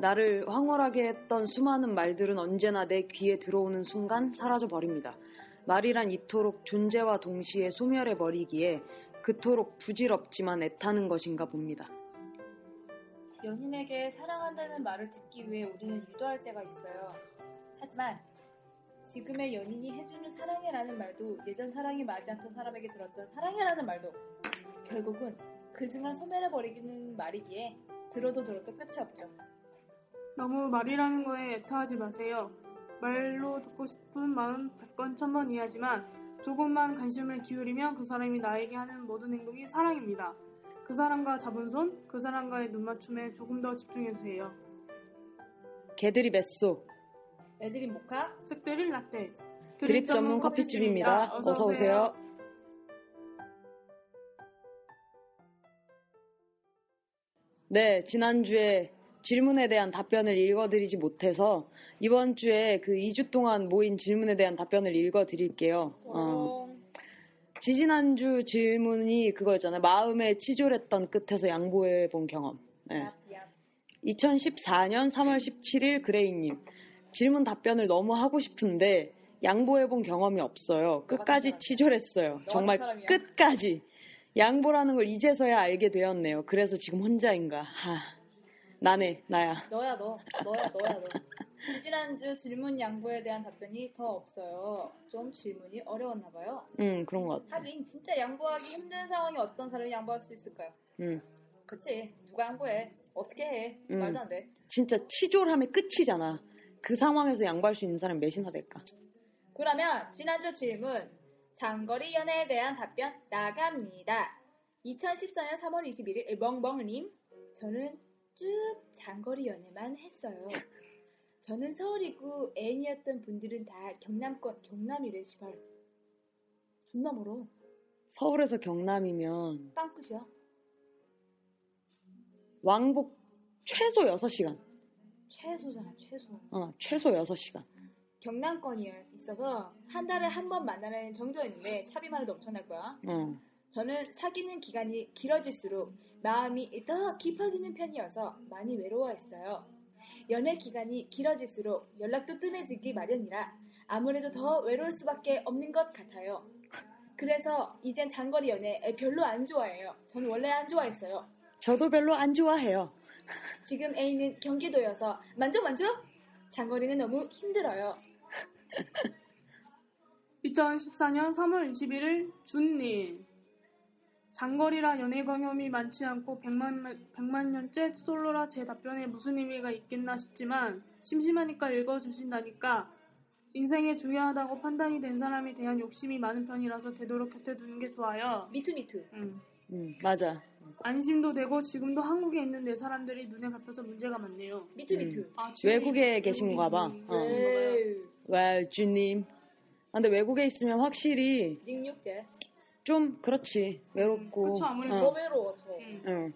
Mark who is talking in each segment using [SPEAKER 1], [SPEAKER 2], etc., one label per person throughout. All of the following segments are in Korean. [SPEAKER 1] 나를 황홀하게 했던 수많은 말들은 언제나 내 귀에 들어오는 순간 사라져 버립니다. 말이란 이토록 존재와 동시에 소멸해 버리기에 그토록 부질없지만 애타는 것인가 봅니다.
[SPEAKER 2] 연인에게 사랑한다는 말을 듣기 위해 우리는 유도할 때가 있어요. 하지만 지금의 연인이 해주는 사랑해라는 말도 예전 사랑이 맞지 않던 사람에게 들었던 사랑해라는 말도 결국은 그 순간 소멸해버리는 말이기에 들어도 들어도 끝이 없죠.
[SPEAKER 3] 너무 말이라는 거에 애타하지 마세요. 말로 듣고 싶은 마음 백번 천번 이해하지만 조금만 관심을 기울이면 그 사람이 나에게 하는 모든 행동이 사랑입니다. 그 사람과 잡은 손, 그 사람과의 눈맞춤에 조금 더 집중해주세요.
[SPEAKER 1] 개들이 뱃소.
[SPEAKER 2] 애들이 모카,
[SPEAKER 3] 책들일 라떼.
[SPEAKER 1] 드립 전문 커피집입니다. 어서 오세요. 네, 지난주에 질문에 대한 답변을 읽어드리지 못해서 이번 주에 그 2주 동안 모인 질문에 대한 답변을 읽어드릴게요. 어,
[SPEAKER 2] 도롱,
[SPEAKER 1] 지지난주 질문이 그거였잖아요. 마음에 치졸했던 끝에서 양보해본 경험. 네.
[SPEAKER 2] 얍얍.
[SPEAKER 1] 2014년 3월 17일 그레이님 질문 답변을 너무 하고 싶은데 양보해본 경험이 없어요. 끝까지
[SPEAKER 2] 사람이야.
[SPEAKER 1] 치졸했어요.
[SPEAKER 2] 너
[SPEAKER 1] 정말
[SPEAKER 2] 같은 사람이야.
[SPEAKER 1] 끝까지 양보라는 걸 이제서야 알게 되었네요. 그래서 지금 혼자인가? 하, 나네 나야.
[SPEAKER 2] 너야 너, 너야 너야 너. 지난주 질문 양보에 대한 답변이 더 없어요. 좀 질문이 어려웠나 봐요.
[SPEAKER 1] 음 그런 것 같아.
[SPEAKER 2] 하긴 진짜 양보하기 힘든 상황에 어떤 사람이 양보할 수 있을까요?
[SPEAKER 1] 음
[SPEAKER 2] 그치 누가 양보해 어떻게 해
[SPEAKER 1] 음.
[SPEAKER 2] 말도 안 돼
[SPEAKER 1] 진짜 치졸함의 끝이잖아. 그 상황에서 양보할 수 있는 사람이 몇이나 될까?
[SPEAKER 2] 그러면 지난주 질문 장거리 연애에 대한 답변 나갑니다 2014년 3월 21일 멍멍님 저는 쭉 장거리 연애만 했어요 저는 서울이고 애인이었던 분들은 다 경남권 경남이래 시발 존나 멀어
[SPEAKER 1] 서울에서 경남이면
[SPEAKER 2] 빵끝이야
[SPEAKER 1] 왕복 최소 6시간.
[SPEAKER 2] 최소잖아 최소
[SPEAKER 1] 어, 최소 6시간.
[SPEAKER 2] 경남권이에 있어서 한 달에 한 번 만나는 정도 있는데 차비만해도 엄청날 거야
[SPEAKER 1] 어.
[SPEAKER 2] 저는 사귀는 기간이 길어질수록 마음이 더 깊어지는 편이어서 많이 외로워했어요. 연애 기간이 길어질수록 연락도 뜸해지기 마련이라 아무래도 더 외로울 수밖에 없는 것 같아요. 그래서 이젠 장거리 연애 별로 안 좋아해요. 저는 원래 안 좋아했어요.
[SPEAKER 1] 저도 별로 안 좋아해요.
[SPEAKER 2] 지금 A는 경기도여서 만족 만족? 장거리는 너무 힘들어요.
[SPEAKER 3] 2014년 3월 21일 준님 장거리라 연애 경험이 많지 않고 100만, 100만 년째 솔로라 제 답변에 무슨 의미가 있겠나 싶지만 심심하니까 읽어주신다니까 인생에 중요하다고 판단이 된 사람에 대한 욕심이 많은 편이라서 되도록 곁에 두는 게 좋아요.
[SPEAKER 2] 미투 미투.
[SPEAKER 3] 음.
[SPEAKER 1] 음, 맞아.
[SPEAKER 3] 안심도 되고 지금도 한국에 있는 내 사람들이 눈에 밟혀서 문제가 많네요.
[SPEAKER 2] 미투
[SPEAKER 1] 음.
[SPEAKER 2] 미투.
[SPEAKER 3] 아, 네.
[SPEAKER 1] 외국에 계신가 봐.
[SPEAKER 3] 외국인.
[SPEAKER 1] 어.
[SPEAKER 2] 에이,
[SPEAKER 1] 와, 주님. 아, 근데 외국에 있으면 확실히
[SPEAKER 2] 닉욕제.
[SPEAKER 1] 좀 그렇지. 외롭고. 어.
[SPEAKER 3] 그쵸, 아무래도.
[SPEAKER 2] 더 외로워 더.
[SPEAKER 3] 음.
[SPEAKER 1] 응.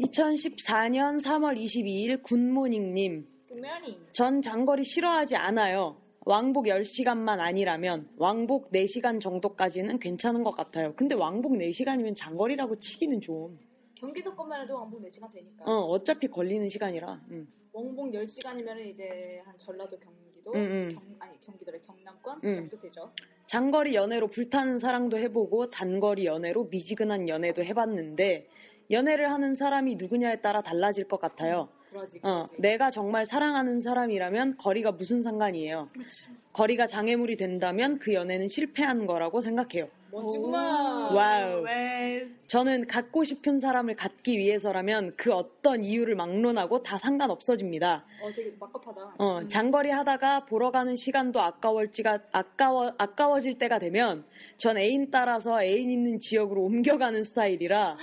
[SPEAKER 1] 2014년 3월 22일 굿모닝님.
[SPEAKER 2] 그 굿모닝.
[SPEAKER 1] 전 장거리 싫어하지 않아요. 왕복 10시간만 아니라면 왕복 4시간 정도까지는 괜찮은 것 같아요. 근데 왕복 4시간이면 장거리라고 치기는 좀.
[SPEAKER 2] 경기도 것만 해도 왕복 4시간 되니까.
[SPEAKER 1] 어, 어차피 걸리는 시간이라. 음.
[SPEAKER 2] 왕복 10시간이면 이제 한 전라도 경기도,
[SPEAKER 1] 음, 음.
[SPEAKER 2] 경, 아니 경기도래 경남권
[SPEAKER 1] 음.
[SPEAKER 2] 정도 되죠.
[SPEAKER 1] 장거리 연애로 불타는 사랑도 해보고 단거리 연애로 미지근한 연애도 해봤는데 연애를 하는 사람이 누구냐에 따라 달라질 것 같아요.
[SPEAKER 2] 그러지.
[SPEAKER 1] 어,
[SPEAKER 2] 그러지.
[SPEAKER 1] 내가 정말 사랑하는 사람이라면 거리가 무슨 상관이에요. 거리가 장애물이 된다면 그 연애는 실패한 거라고 생각해요.
[SPEAKER 2] 멋지구만. 어,
[SPEAKER 1] 와. 와우.
[SPEAKER 3] 웰.
[SPEAKER 1] 저는 갖고 싶은 사람을 갖기 위해서라면 그 어떤 이유를 막론하고 다 상관없어집니다.
[SPEAKER 2] 어, 되게 막급하다.
[SPEAKER 1] 어, 장거리 하다가 보러 가는 시간도 아까울지가 아까워 아까워질 때가 되면 전 애인 따라서 애인 있는 지역으로 옮겨가는 스타일이라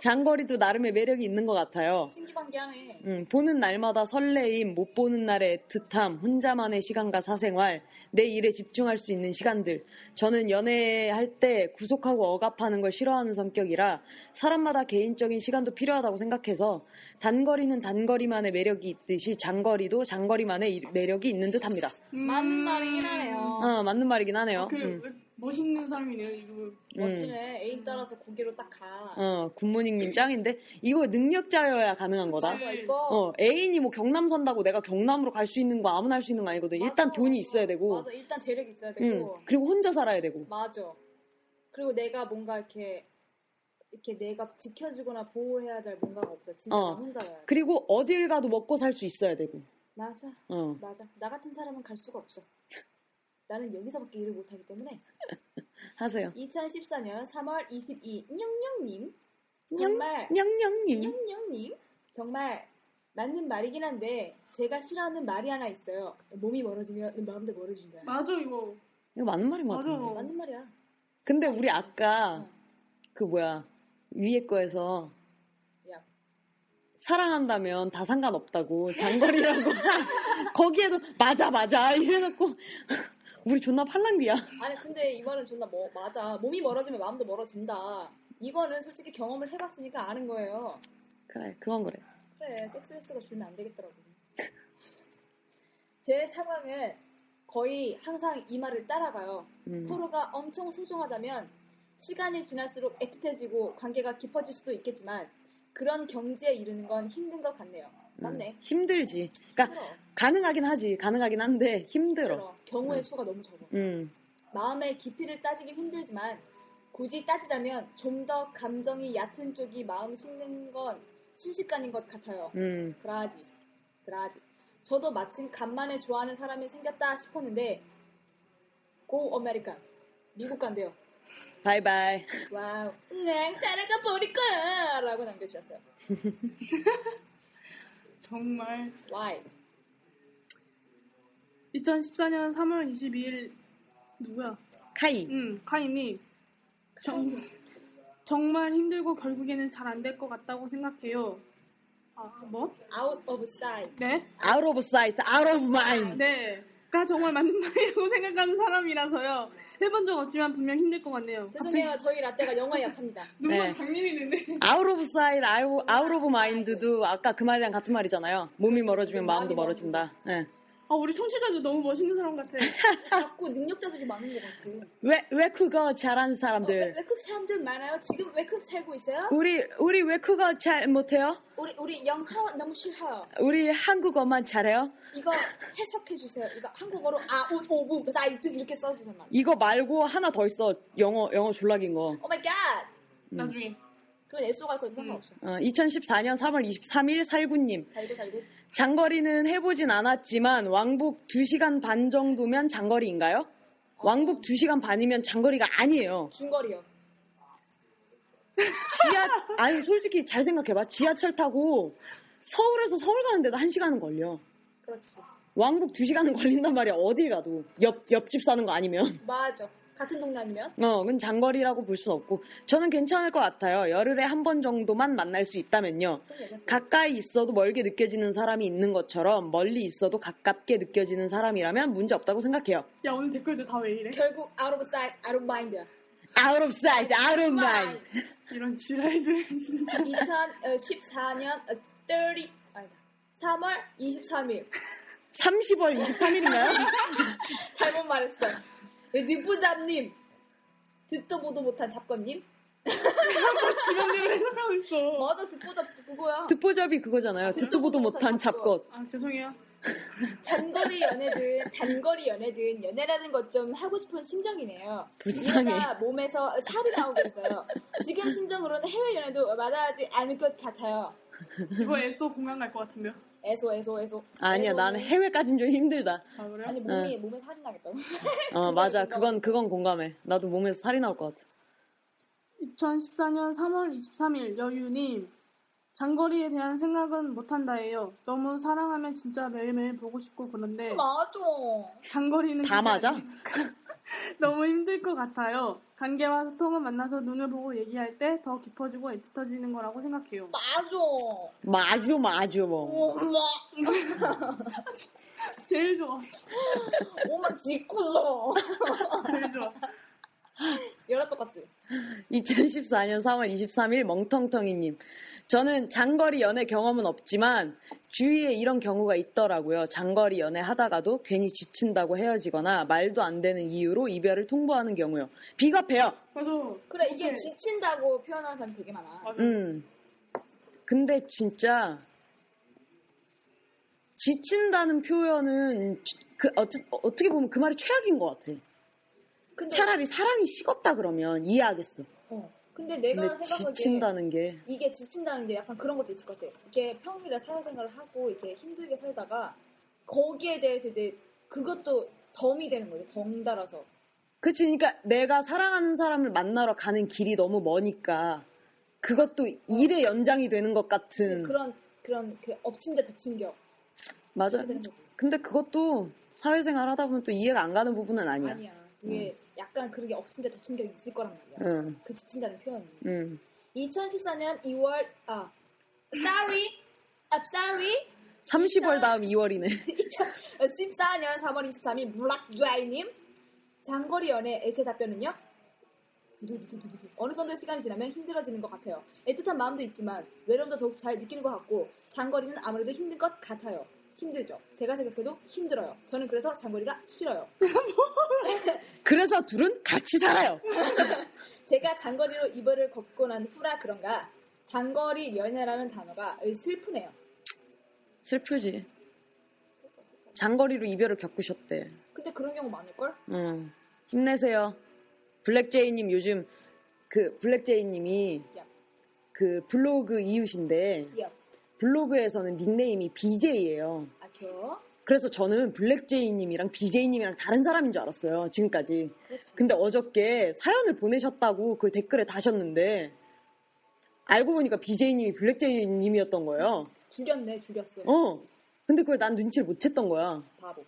[SPEAKER 1] 장거리도 나름의 매력이 있는 것 같아요.
[SPEAKER 2] 신기방기하네.
[SPEAKER 1] 음, 보는 날마다 설레임, 못 보는 날의 애틋함, 혼자만의 시간과 사생활, 내 일에 집중할 수 있는 시간들. 저는 연애할 때 구속하고 억압하는 걸 싫어하는 성격이라 사람마다 개인적인 시간도 필요하다고 생각해서 단거리는 단거리만의 매력이 있듯이 장거리도 장거리만의 이- 매력이 있는 듯 합니다.
[SPEAKER 3] 음.
[SPEAKER 2] 맞는 말이긴 하네요.
[SPEAKER 1] 아, 맞는 말이긴 하네요.
[SPEAKER 3] 어. 그
[SPEAKER 1] 음.
[SPEAKER 3] 멋있는 사람이네요. 이거.
[SPEAKER 2] 멋지네. 애인 따라서 고개로 딱 가.
[SPEAKER 1] 어, 굿모닝님 짱인데 이거 능력자여야 가능한 거다.
[SPEAKER 2] 그래서 이거
[SPEAKER 1] 어, 애인이 뭐 경남 산다고 내가 경남으로 갈 수 있는 거 아무나 할 수 있는 거 아니거든. 일단
[SPEAKER 2] 맞아.
[SPEAKER 1] 돈이 있어야 되고, 음.
[SPEAKER 2] 맞아. 일단 재력이 있어야
[SPEAKER 1] 응,
[SPEAKER 2] 되고.
[SPEAKER 1] 그리고 혼자 살아야 되고.
[SPEAKER 2] 맞아. 그리고 내가 뭔가 이렇게 이렇게 내가 지켜주거나 보호해야 될 뭔가가 없어. 진짜
[SPEAKER 1] 어.
[SPEAKER 2] 나 혼자 가야 돼.
[SPEAKER 1] 그리고 어딜 가도 먹고 살 수 있어야 되고.
[SPEAKER 2] 맞아.
[SPEAKER 1] 어.
[SPEAKER 2] 맞아. 나 같은 사람은 갈 수가 없어. 나는 여기서밖에 일을 못하기 때문에
[SPEAKER 1] 하세요.
[SPEAKER 2] 2014년 3월 22 냥냥님
[SPEAKER 1] 냥-
[SPEAKER 2] 정말
[SPEAKER 1] 냥냥님.
[SPEAKER 2] 냥냥님 정말 맞는 말이긴 한데 제가 싫어하는 말이 하나 있어요. 몸이 멀어지면 마음도 멀어진다.
[SPEAKER 3] 맞아 이거.
[SPEAKER 1] 이거 맞는 말인 것
[SPEAKER 3] 맞아.
[SPEAKER 1] 같은데.
[SPEAKER 2] 맞는 말이야.
[SPEAKER 1] 근데 우리 아까
[SPEAKER 2] 어.
[SPEAKER 1] 그 뭐야 위에 거에서
[SPEAKER 2] 야.
[SPEAKER 1] 사랑한다면 다 상관없다고 장거리라고 거기에도 맞아 맞아 이래놓고 우리 존나 팔랑귀야.
[SPEAKER 2] 아니 근데 이 말은 존나 뭐 맞아. 몸이 멀어지면 마음도 멀어진다. 이거는 솔직히 경험을 해봤으니까 아는 거예요.
[SPEAKER 1] 그래 그건 그래.
[SPEAKER 2] 그래 섹스레스가 줄면 안 되겠더라고. 제 상황은 거의 항상 이 말을 따라가요.
[SPEAKER 1] 음.
[SPEAKER 2] 서로가 엄청 소중하다면 시간이 지날수록 애틋해지고 관계가 깊어질 수도 있겠지만 그런 경지에 이르는 건 힘든 것 같네요. 맞네.
[SPEAKER 1] 음, 힘들지. 그러니까
[SPEAKER 2] 힘들어.
[SPEAKER 1] 가능하긴 하지. 가능하긴 한데 힘들어.
[SPEAKER 2] 힘들어. 경우의
[SPEAKER 1] 음.
[SPEAKER 2] 수가 너무 적어.
[SPEAKER 1] 음.
[SPEAKER 2] 마음의 깊이를 따지기 힘들지만 굳이 따지자면 좀 더 감정이 얕은 쪽이 마음 식는 건 순식간인 것 같아요.
[SPEAKER 1] 음.
[SPEAKER 2] 브라지, 브라지. 저도 마침 간만에 좋아하는 사람이 생겼다 싶었는데 고 아메리칸 미국 간대요.
[SPEAKER 1] 바이바이.
[SPEAKER 2] 와우, 응, 따라가 버릴 거야! 라고 남겨주셨어요.
[SPEAKER 3] 정말.
[SPEAKER 2] Why?
[SPEAKER 3] 2014년 3월 22일 누구야?
[SPEAKER 1] 카이.
[SPEAKER 3] 응 카인이 정, 정말 힘들고 결국에는 잘 안 될 것 같다고 생각해요. 아 뭐?
[SPEAKER 2] Out of sight.
[SPEAKER 3] 네?
[SPEAKER 1] Out of sight, out of mind.
[SPEAKER 3] 네. 가 정말 맞는 말이라고 생각하는 사람이라서요. 해본 적 없지만 분명 힘들 것 같네요.
[SPEAKER 2] 죄송해요, 저희 라떼가 영화에 약합니다.
[SPEAKER 3] 누가
[SPEAKER 1] 네.
[SPEAKER 3] 장님이 있는데.
[SPEAKER 1] Out of sight, out out of mind도 아까 그 말이랑 같은 말이잖아요. 몸이 멀어지면 마음도 멀어진다. 예.
[SPEAKER 3] 아 우리 청취자도 너무 멋있는 사람 같아.
[SPEAKER 1] 음.
[SPEAKER 2] 자꾸 능력자들이 많은 것 같아요.
[SPEAKER 1] 왜, 왜 그거 잘하는
[SPEAKER 2] 어, 왜,
[SPEAKER 1] 사람들?
[SPEAKER 2] 왜그 사람들 많아요? 지금 왜 그 살고 있어요?
[SPEAKER 1] 우리, 우리 왜 그거 잘 못해요?
[SPEAKER 2] 우리 우리 영화 너무 싫어요.
[SPEAKER 1] 우리 한국어만 잘해요?
[SPEAKER 2] 이거 해석해 주세요. 이거 한국어로 아웃 오브 사이트 이렇게 써주세요. 말.
[SPEAKER 1] 이거 말고 하나 더 있어. 영어, 영어 졸라긴 거.
[SPEAKER 2] 오 마이 갓.
[SPEAKER 3] 나중에.
[SPEAKER 2] Oh 그건 애써 갈 거는 상관없어.
[SPEAKER 1] 어, 2014년 3월 23일 살구님.
[SPEAKER 2] 달고 달고.
[SPEAKER 1] 장거리는 해보진 않았지만 왕복 2시간 반 정도면 장거리인가요? 왕복 2시간 반이면 장거리가 아니에요.
[SPEAKER 2] 중거리요.
[SPEAKER 1] 지하 아니 솔직히 잘 생각해봐 지하철 타고 서울에서 서울 가는데도 한 시간은 걸려
[SPEAKER 2] 그렇지.
[SPEAKER 1] 왕복 두 시간은 걸린단 말이야 어딜 가도 옆 옆집 사는 거 아니면
[SPEAKER 2] 맞아. 같은 동네 아니면?
[SPEAKER 1] 어 그건 장거리라고 볼 순 없고 저는 괜찮을 것 같아요 열흘에 한 번 정도만 만날 수 있다면요
[SPEAKER 2] 그럼 괜찮지.
[SPEAKER 1] 가까이 있어도 멀게 느껴지는 사람이 있는 것처럼 멀리 있어도 가깝게 느껴지는 사람이라면 문제 없다고 생각해요
[SPEAKER 3] 야 오늘 댓글들 다 왜 이래?
[SPEAKER 2] 결국 out of sight, out of mind야.
[SPEAKER 1] out of sight out of mind
[SPEAKER 3] 이런 지랄들.
[SPEAKER 2] 2014년 30 아니다. 3월 23일.
[SPEAKER 1] 30월 23일인가요?
[SPEAKER 2] 잘못 말했어. 니부잡님 듣도 보도 못한 잡건님.
[SPEAKER 3] 지랄들을 해석하고 있어.
[SPEAKER 2] 맞아 듣보잡 그거야.
[SPEAKER 1] 듣보잡이 그거잖아요 듣도 보도 못한 잡것
[SPEAKER 3] 아 죄송해요.
[SPEAKER 2] 단거리 연애든 단거리 연애든 연애라는 것 좀 하고 싶은 심정이네요.
[SPEAKER 1] 불쌍해.
[SPEAKER 2] 이러다 몸에서 살이 나오겠어요. 지금 심정으로는 해외 연애도 마다하지 않을 것 같아요.
[SPEAKER 3] 이거 애써 공항 갈 것 같은데요.
[SPEAKER 2] 애소 애소 애소.
[SPEAKER 1] 아니야, 나는
[SPEAKER 2] 애소는-
[SPEAKER 1] 해외까진 좀 힘들다.
[SPEAKER 3] 아 그래요?
[SPEAKER 2] 아니 몸이 몸에 살이 나겠다.
[SPEAKER 1] 어, 맞아. 그건, 그건 공감해. 나도 몸에서 살이 나올 것 같아.
[SPEAKER 3] 2014년 3월 23일 여유님 장거리에 대한 생각은 못한다예요. 너무 사랑하면 진짜 매일매일 보고 싶고 그런데
[SPEAKER 2] 맞아.
[SPEAKER 3] 장거리는
[SPEAKER 1] 다 맞아?
[SPEAKER 3] 너무 힘들 것 같아요. 관계와 소통은 만나서 눈을 보고 얘기할 때 더 깊어지고 애틋해지는 거라고 생각해요.
[SPEAKER 2] 맞아.
[SPEAKER 1] 마주, 마주, 뭐.
[SPEAKER 2] 어, 엄마
[SPEAKER 3] 제일 좋아,
[SPEAKER 2] 엄마 짓고서.
[SPEAKER 3] 제일 좋아.
[SPEAKER 2] 연락 똑같지.
[SPEAKER 1] 2014년 3월 23일 멍텅텅이님. 저는 장거리 연애 경험은 없지만 주위에 이런 경우가 있더라고요. 장거리 연애 하다가도 괜히 지친다고 헤어지거나 말도 안 되는 이유로 이별을 통보하는 경우요. 비겁해요.
[SPEAKER 3] 그래도
[SPEAKER 2] 그래 이게
[SPEAKER 3] 네.
[SPEAKER 2] 지친다고 표현하는 사람 되게 많아.
[SPEAKER 3] 맞아.
[SPEAKER 1] 음. 근데 진짜 지친다는 표현은 그 어째, 어떻게 보면 그 말이 최악인 것 같아.
[SPEAKER 2] 근데
[SPEAKER 1] 차라리 사랑이 식었다 그러면 이해하겠어.
[SPEAKER 2] 어. 근데 내가
[SPEAKER 1] 근데
[SPEAKER 2] 생각하기에
[SPEAKER 1] 지친다는 게
[SPEAKER 2] 이게 지친다는 게 약간 그런 것도 있을 것 같아. 이게 평일에 사회생활을 하고 이렇게 힘들게 살다가 거기에 대해서 이제 그것도 덤이 되는 거지. 덩달아서.
[SPEAKER 1] 그치, 그러니까 내가 사랑하는 사람을 만나러 가는 길이 너무 머니까 그것도 일의 연장이 되는 것 같은
[SPEAKER 2] 어. 네, 그런 그런 그 엎친 데 덮친 격.
[SPEAKER 1] 맞아.
[SPEAKER 2] 그런 거.
[SPEAKER 1] 근데 그것도 사회생활 하다 보면 또 이해가 안 가는 부분은 아니야.
[SPEAKER 2] 아니야. 이게
[SPEAKER 1] 음.
[SPEAKER 2] 약간 그런 게 엎친 데 덮친 격이 있을 거란 말이야.
[SPEAKER 1] 응,
[SPEAKER 2] 그 지친다는 표현이.
[SPEAKER 1] 응.
[SPEAKER 2] 2014년 2월 아 sorry I'm sorry
[SPEAKER 1] 30월 다음 2월이네.
[SPEAKER 2] 14년 3월 23일 블락드라이님 장거리 연애 애체 답변은요? 두두두두두두. 어느 정도 시간이 지나면 힘들어지는 것 같아요. 애틋한 마음도 있지만 외로움도 더욱 잘 느끼는 것 같고 장거리는 아무래도 힘든 것 같아요. 힘들죠. 제가 생각해도 힘들어요. 저는 그래서 장거리가 싫어요.
[SPEAKER 1] 그래서 둘은 같이 살아요.
[SPEAKER 2] 제가 장거리로 이별을 걷고 난 후라 그런가 장거리 연애라는 단어가 슬프네요.
[SPEAKER 1] 슬프지. 장거리로 이별을 겪으셨대.
[SPEAKER 2] 근데 그런 경우 많을걸?
[SPEAKER 1] 응. 힘내세요. 블랙제이님 요즘 그 블랙제이님이
[SPEAKER 2] 야.
[SPEAKER 1] 그 블로그 이웃인데
[SPEAKER 2] 야.
[SPEAKER 1] 블로그에서는 닉네임이 BJ예요.
[SPEAKER 2] 아껴.
[SPEAKER 1] 그래서 저는 블랙제이님이랑 BJ님이랑 다른 사람인 줄 알았어요. 지금까지.
[SPEAKER 2] 그렇지.
[SPEAKER 1] 근데 어저께 사연을 보내셨다고 그 댓글에 다셨는데 알고 보니까 BJ님이 블랙제이님이었던 거예요.
[SPEAKER 2] 줄였네, 줄였어.
[SPEAKER 1] 어. 근데 그걸 난 눈치를 못 챘던 거야.
[SPEAKER 2] 바보.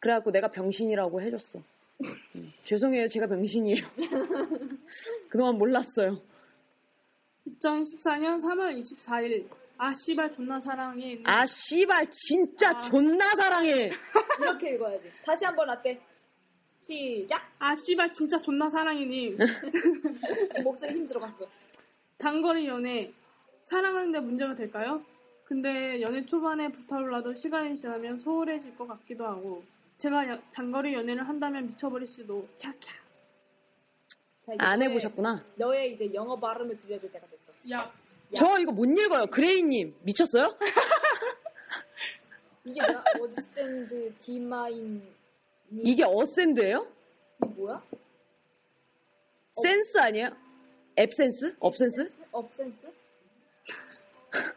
[SPEAKER 1] 그래갖고 내가 병신이라고 해줬어. 음, 죄송해요. 제가 병신이에요. 그동안 몰랐어요.
[SPEAKER 3] 2014년 3월 24일 아 씨발 존나 사랑해.
[SPEAKER 1] 아, 씨발, 진짜
[SPEAKER 3] 아.
[SPEAKER 1] 존나 사랑해.
[SPEAKER 2] 이렇게 읽어야지. 다시 한번 라떼. 시작.
[SPEAKER 3] 아 씨발 진짜 존나 사랑해님.
[SPEAKER 2] 목소리 힘 들어갔어.
[SPEAKER 3] 장거리 연애 사랑하는데 문제가 될까요? 근데 연애 초반에 불타올라도 시간이 지나면 소홀해질 것 같기도 하고 제가 여- 장거리 연애를 한다면 미쳐버릴 수도 캬캬
[SPEAKER 2] 자, 이제
[SPEAKER 1] 안
[SPEAKER 2] 너의-
[SPEAKER 1] 해보셨구나.
[SPEAKER 2] 너의 이제 영어 발음을 들려줄 때가 됐어.
[SPEAKER 3] 야
[SPEAKER 1] 저 이거 못 읽어요. 그레이님, 미쳤어요?
[SPEAKER 2] 이게 뭐야? 어드밴드 디마인.
[SPEAKER 1] 이게 어센드예요?
[SPEAKER 2] 이게 뭐야?
[SPEAKER 1] 센스 아니에요? 앱센스? 업센스?
[SPEAKER 2] 업센스?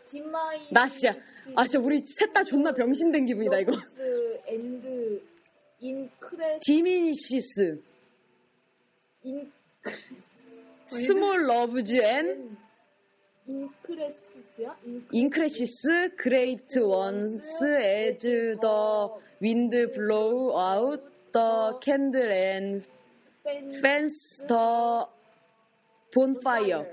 [SPEAKER 2] 디마인.
[SPEAKER 1] 나 진짜- 아 진짜 우리 셋 다 존나 병신된 기분이다
[SPEAKER 2] 어.
[SPEAKER 1] 이거
[SPEAKER 2] 스 엔드 인크레
[SPEAKER 1] 디미니시스
[SPEAKER 2] 인
[SPEAKER 1] 스몰 러브즈 앤
[SPEAKER 2] 인크레시스야? 인크레시스.
[SPEAKER 1] 인크레시스 그레이트 원스 에즈 더 윈드 블로우 아웃 더 캔들 앤
[SPEAKER 2] 팬-
[SPEAKER 1] 펜스 더 본파이어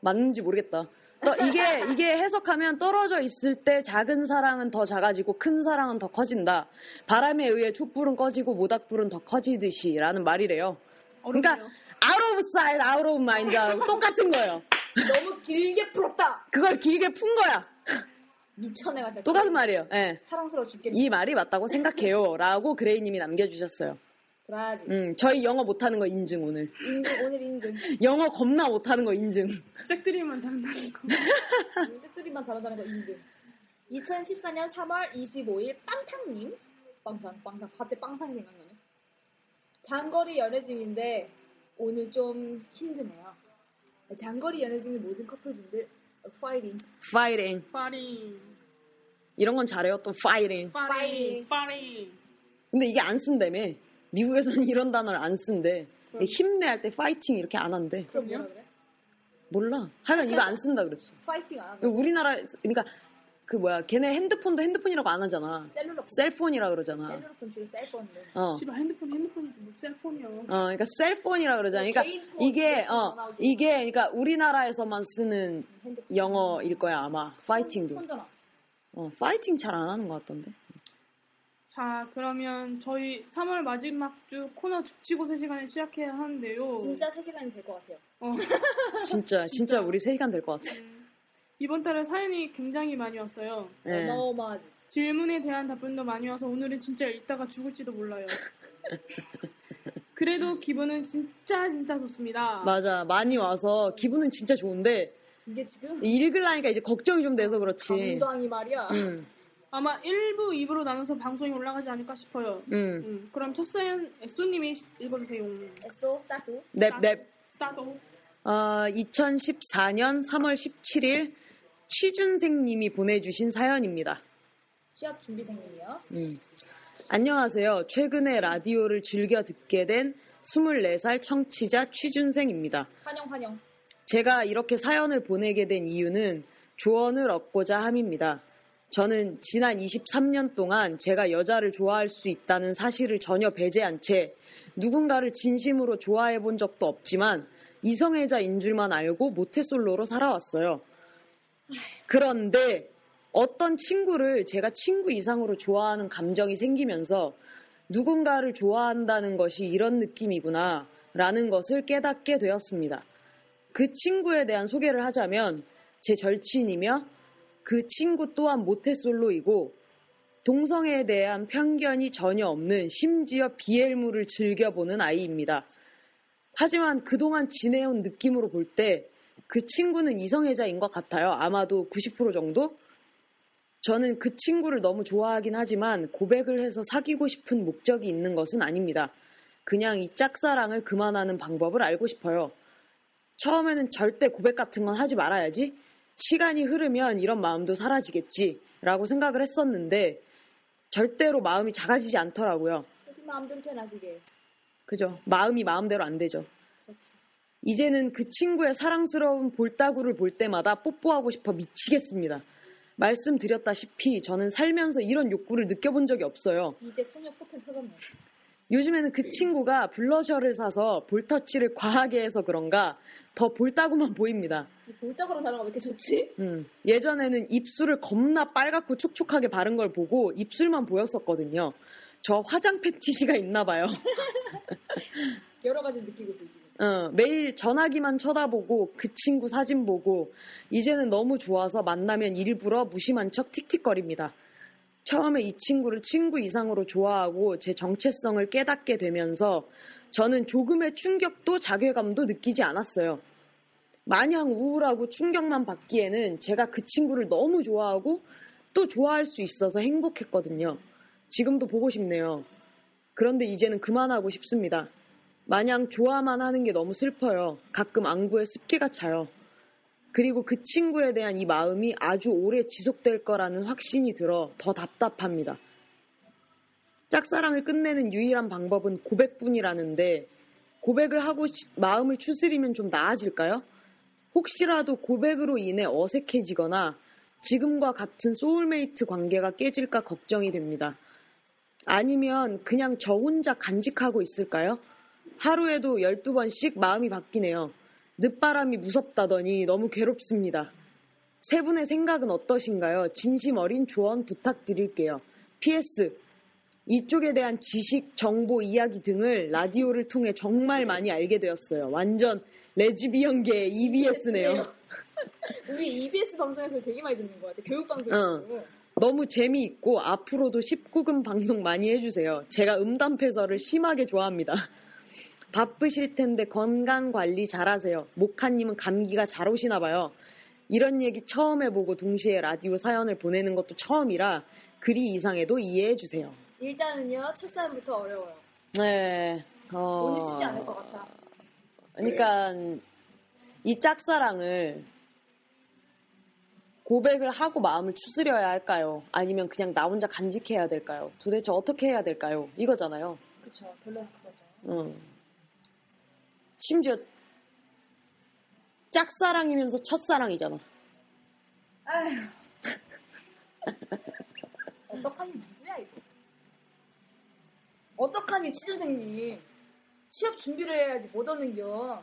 [SPEAKER 1] 맞는지 모르겠다 또 이게 이게 해석하면 떨어져 있을 때 작은 사랑은 더 작아지고 큰 사랑은 더 커진다 바람에 의해 촛불은 꺼지고 모닥불은 더 커지듯이라는 말이래요
[SPEAKER 3] 어렵네요.
[SPEAKER 1] 그러니까 out of sight, out of mind하고 똑같은 거예요.
[SPEAKER 2] 너무 길게 풀었다.
[SPEAKER 1] 그걸 길게 푼 거야.
[SPEAKER 2] 미쳐내 가지고.
[SPEAKER 1] 똑같은 말이에요. 예.
[SPEAKER 2] 사랑스러워 죽겠네.
[SPEAKER 1] 이 말이 맞다고 생각해요. 라고 그레이님이 남겨주셨어요.
[SPEAKER 2] 그래야지.
[SPEAKER 1] 음, 저희 영어 못하는 거 인증 오늘.
[SPEAKER 2] 인증, 오늘 인증.
[SPEAKER 1] 영어 겁나 못하는 거 인증.
[SPEAKER 3] 색드림은 장난인 거
[SPEAKER 2] 색소리만 잘한다는 거 인증. 2014년 3월 25일 빵탕님. 빵탕, 빵탕. 갑자기 빵탕이 생각나네. 장거리 연애 중인데 오늘 좀 힘드네요. 장거리 연애 중인 모든 커플분들 어, 파이팅.
[SPEAKER 1] 파이팅.
[SPEAKER 3] 파리
[SPEAKER 1] 이런 건 잘해요. 또 파이팅.
[SPEAKER 3] 파리
[SPEAKER 2] 파리.
[SPEAKER 3] 파리
[SPEAKER 1] 근데 이게 안 쓴다며. 미국에서는 이런 단어를 안 쓴대.
[SPEAKER 3] 그럼.
[SPEAKER 1] 힘내 할 때 파이팅 이렇게 안 한대.
[SPEAKER 2] 그럼 뭐라 그래?
[SPEAKER 1] 몰라. 하여간 이거 안 쓴다 그랬어.
[SPEAKER 2] 파이팅 안 하고
[SPEAKER 1] 우리나라 그러니까 그 뭐야 걔네 핸드폰도 핸드폰이라고 안 하잖아.
[SPEAKER 2] 셀룰러
[SPEAKER 1] 셀폰이라 그러잖아.
[SPEAKER 2] 셀룰러폰 줄에 셀폰데.
[SPEAKER 1] 어.
[SPEAKER 3] 씨발 핸드폰 핸드폰이지 뭐 셀폰이야
[SPEAKER 1] 어, 그러니까 셀폰이라 그러잖아. 그러니까
[SPEAKER 2] 개인 폰,
[SPEAKER 1] 이게
[SPEAKER 2] 개인 폰
[SPEAKER 1] 어
[SPEAKER 2] 전화기.
[SPEAKER 1] 이게 그러니까 우리나라에서만 쓰는
[SPEAKER 2] 핸드폰.
[SPEAKER 1] 영어일 거야 아마. 파이팅도.
[SPEAKER 2] 손전화.
[SPEAKER 1] 어, 파이팅 잘 안 하는 것 같던데.
[SPEAKER 3] 자 그러면 저희 3월 마지막 주 코너 죽치고세 시간을 시작해야 하는데요
[SPEAKER 2] 진짜 3 시간이 될 것 같아요.
[SPEAKER 3] 어,
[SPEAKER 1] 진짜 진짜 우리 세 시간 될 것 같아.
[SPEAKER 3] 음, 이번 달에 사연이 굉장히 많이 왔어요
[SPEAKER 1] 예.
[SPEAKER 2] 네. 어마어마하지.
[SPEAKER 3] 질문에 대한 답변도 많이 와서 오늘은 진짜 읽다가 죽을지도 몰라요. 그래도 기분은 진짜 진짜 좋습니다.
[SPEAKER 1] 맞아 많이 와서 기분은 진짜 좋은데
[SPEAKER 2] 이게 지금
[SPEAKER 1] 읽으려니까 이제 걱정이 좀 돼서 그렇지.
[SPEAKER 2] 감당이 말이야.
[SPEAKER 1] 음,
[SPEAKER 3] 아마 1부, 2부로 나눠서 방송이 올라가지 않을까 싶어요.
[SPEAKER 1] 음,
[SPEAKER 3] 음, 그럼 첫 사연 에쏘님이 읽어주세요.
[SPEAKER 2] 에소 스타트.
[SPEAKER 1] 넵, 넵.
[SPEAKER 3] 싸도.
[SPEAKER 1] 어, 2014년 3월 17일 취준생님이 보내주신 사연입니다.
[SPEAKER 2] 취업 준비생님이요.
[SPEAKER 1] 음. 안녕하세요. 최근에 라디오를 즐겨 듣게 된 24살 청취자 취준생입니다.
[SPEAKER 2] 환영 환영.
[SPEAKER 1] 제가 이렇게 사연을 보내게 된 이유는 조언을 얻고자 함입니다. 저는 지난 23년 동안 제가 여자를 좋아할 수 있다는 사실을 전혀 배제한 채 누군가를 진심으로 좋아해 본 적도 없지만 이성애자인 줄만 알고 모태솔로로 살아왔어요. 그런데 어떤 친구를 제가 친구 이상으로 좋아하는 감정이 생기면서 누군가를 좋아한다는 것이 이런 느낌이구나 라는 것을 깨닫게 되었습니다. 그 친구에 대한 소개를 하자면 제 절친이며 그 친구 또한 모태솔로이고 동성애에 대한 편견이 전혀 없는 심지어 비엘무를 즐겨보는 아이입니다. 하지만 그동안 지내온 느낌으로 볼 때 그 친구는 이성애자인 것 같아요. 아마도 90% 정도? 저는 그 친구를 너무 좋아하긴 하지만 고백을 해서 사귀고 싶은 목적이 있는 것은 아닙니다. 그냥 이 짝사랑을 그만하는 방법을 알고 싶어요. 처음에는 절대 고백 같은 건 하지 말아야지. 시간이 흐르면 이런 마음도 사라지겠지라고 생각을 했었는데 절대로 마음이 작아지지 않더라고요.
[SPEAKER 2] 그렇게 마음대로 되나 그게.
[SPEAKER 1] 그죠? 마음이 마음대로 안 되죠.
[SPEAKER 2] 그렇지.
[SPEAKER 1] 이제는 그 친구의 사랑스러운 볼따구를 볼 때마다 뽀뽀하고 싶어 미치겠습니다. 말씀드렸다시피 저는 살면서 이런 욕구를 느껴본 적이 없어요.
[SPEAKER 2] 이제 소녀 포텐 터졌네.
[SPEAKER 1] 요즘에는 그 친구가 블러셔를 사서 볼터치를 과하게 해서 그런가 더 볼따구만 보입니다.
[SPEAKER 2] 이 볼따구로 나라가 왜 이렇게 좋지?
[SPEAKER 1] 음, 예전에는 입술을 겁나 빨갛고 촉촉하게 바른 걸 보고 입술만 보였었거든요. 저 화장 패티시가 있나 봐요.
[SPEAKER 2] 여러 가지 느끼고 있어 지금.
[SPEAKER 1] 어, 매일 전화기만 쳐다보고 그 친구 사진 보고 이제는 너무 좋아서 만나면 일부러 무심한 척 틱틱거립니다. 처음에 이 친구를 친구 이상으로 좋아하고 제 정체성을 깨닫게 되면서 저는 조금의 충격도 자괴감도 느끼지 않았어요. 마냥 우울하고 충격만 받기에는 제가 그 친구를 너무 좋아하고 또 좋아할 수 있어서 행복했거든요. 지금도 보고 싶네요. 그런데 이제는 그만하고 싶습니다. 마냥 좋아만 하는 게 너무 슬퍼요. 가끔 안구에 습기가 차요. 그리고 그 친구에 대한 이 마음이 아주 오래 지속될 거라는 확신이 들어 더 답답합니다. 짝사랑을 끝내는 유일한 방법은 고백뿐이라는데 고백을 하고 시- 마음을 추스리면 좀 나아질까요? 혹시라도 고백으로 인해 어색해지거나 지금과 같은 소울메이트 관계가 깨질까 걱정이 됩니다. 아니면 그냥 저 혼자 간직하고 있을까요? 하루에도 12번씩 마음이 바뀌네요. 늦바람이 무섭다더니 너무 괴롭습니다. 세 분의 생각은 어떠신가요? 진심 어린 조언 부탁드릴게요. PS. 이쪽에 대한 지식, 정보, 이야기 등을 라디오를 통해 정말 많이 알게 되었어요. 완전 E 레즈비언계 EBS네요.
[SPEAKER 2] 우리 EBS 방송에서 되게 많이 듣는 것 같아. 교육 방송에서.
[SPEAKER 1] 너무 재미있고 앞으로도 19금 방송 많이 해주세요. 제가 음담패설을 심하게 좋아합니다. 바쁘실 텐데 건강 관리 잘하세요. 모카님은 감기가 잘 오시나 봐요. 이런 얘기 처음 해보고 동시에 라디오 사연을 보내는 것도 처음이라 글이 이상해도 이해해주세요.
[SPEAKER 2] 일단은요 첫 사람부터 어려워요.
[SPEAKER 1] 네. 어...
[SPEAKER 2] 오늘 쉽지 않을 것 같아.
[SPEAKER 1] 그러니까 이 짝사랑을 고백을 하고 마음을 추스려야 할까요? 아니면 그냥 나 혼자 간직해야 될까요? 도대체 어떻게 해야 될까요? 이거잖아요.
[SPEAKER 2] 그쵸, 별로 그거죠.
[SPEAKER 1] 음. 심지어 짝사랑이면서 첫사랑이잖아.
[SPEAKER 2] 아휴. 어떡하니 누구야 이거? 어떡하니 취준생님? 취업 준비를 해야지 못 얻는겨.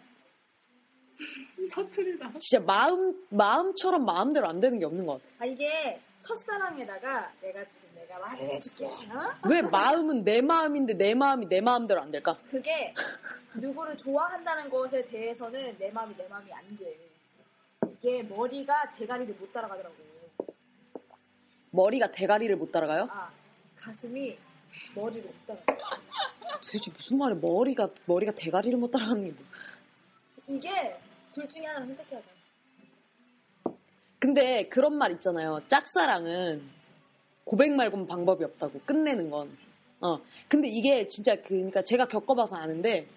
[SPEAKER 3] 서툴다.
[SPEAKER 1] 진짜 마음 마음처럼 마음대로 안 되는 게 없는 것 같아.
[SPEAKER 2] 아 이게 첫사랑에다가 내가 지금 내가 말을 해줄게. 어?
[SPEAKER 1] 왜 마음은 내 마음인데 내 마음이 내 마음대로 안 될까?
[SPEAKER 2] 그게 누구를 좋아한다는 것에 대해서는 내 마음이 내 마음이 안 돼. 이게 머리가 대가리를 못 따라가더라고.
[SPEAKER 1] 머리가 대가리를 못 따라가요?
[SPEAKER 2] 아 가슴이 머리를 못 따라가.
[SPEAKER 1] 도대체 무슨 말이야? 머리가 머리가 대가리를 못 따라가는 게 뭐?
[SPEAKER 2] 이게 둘 중에 하나를 선택해야 돼.
[SPEAKER 1] 근데 그런 말 있잖아요. 짝사랑은 고백 말고는 방법이 없다고 끝내는 건. 어. 근데 이게 진짜 그, 그러니까 제가 겪어봐서 아는데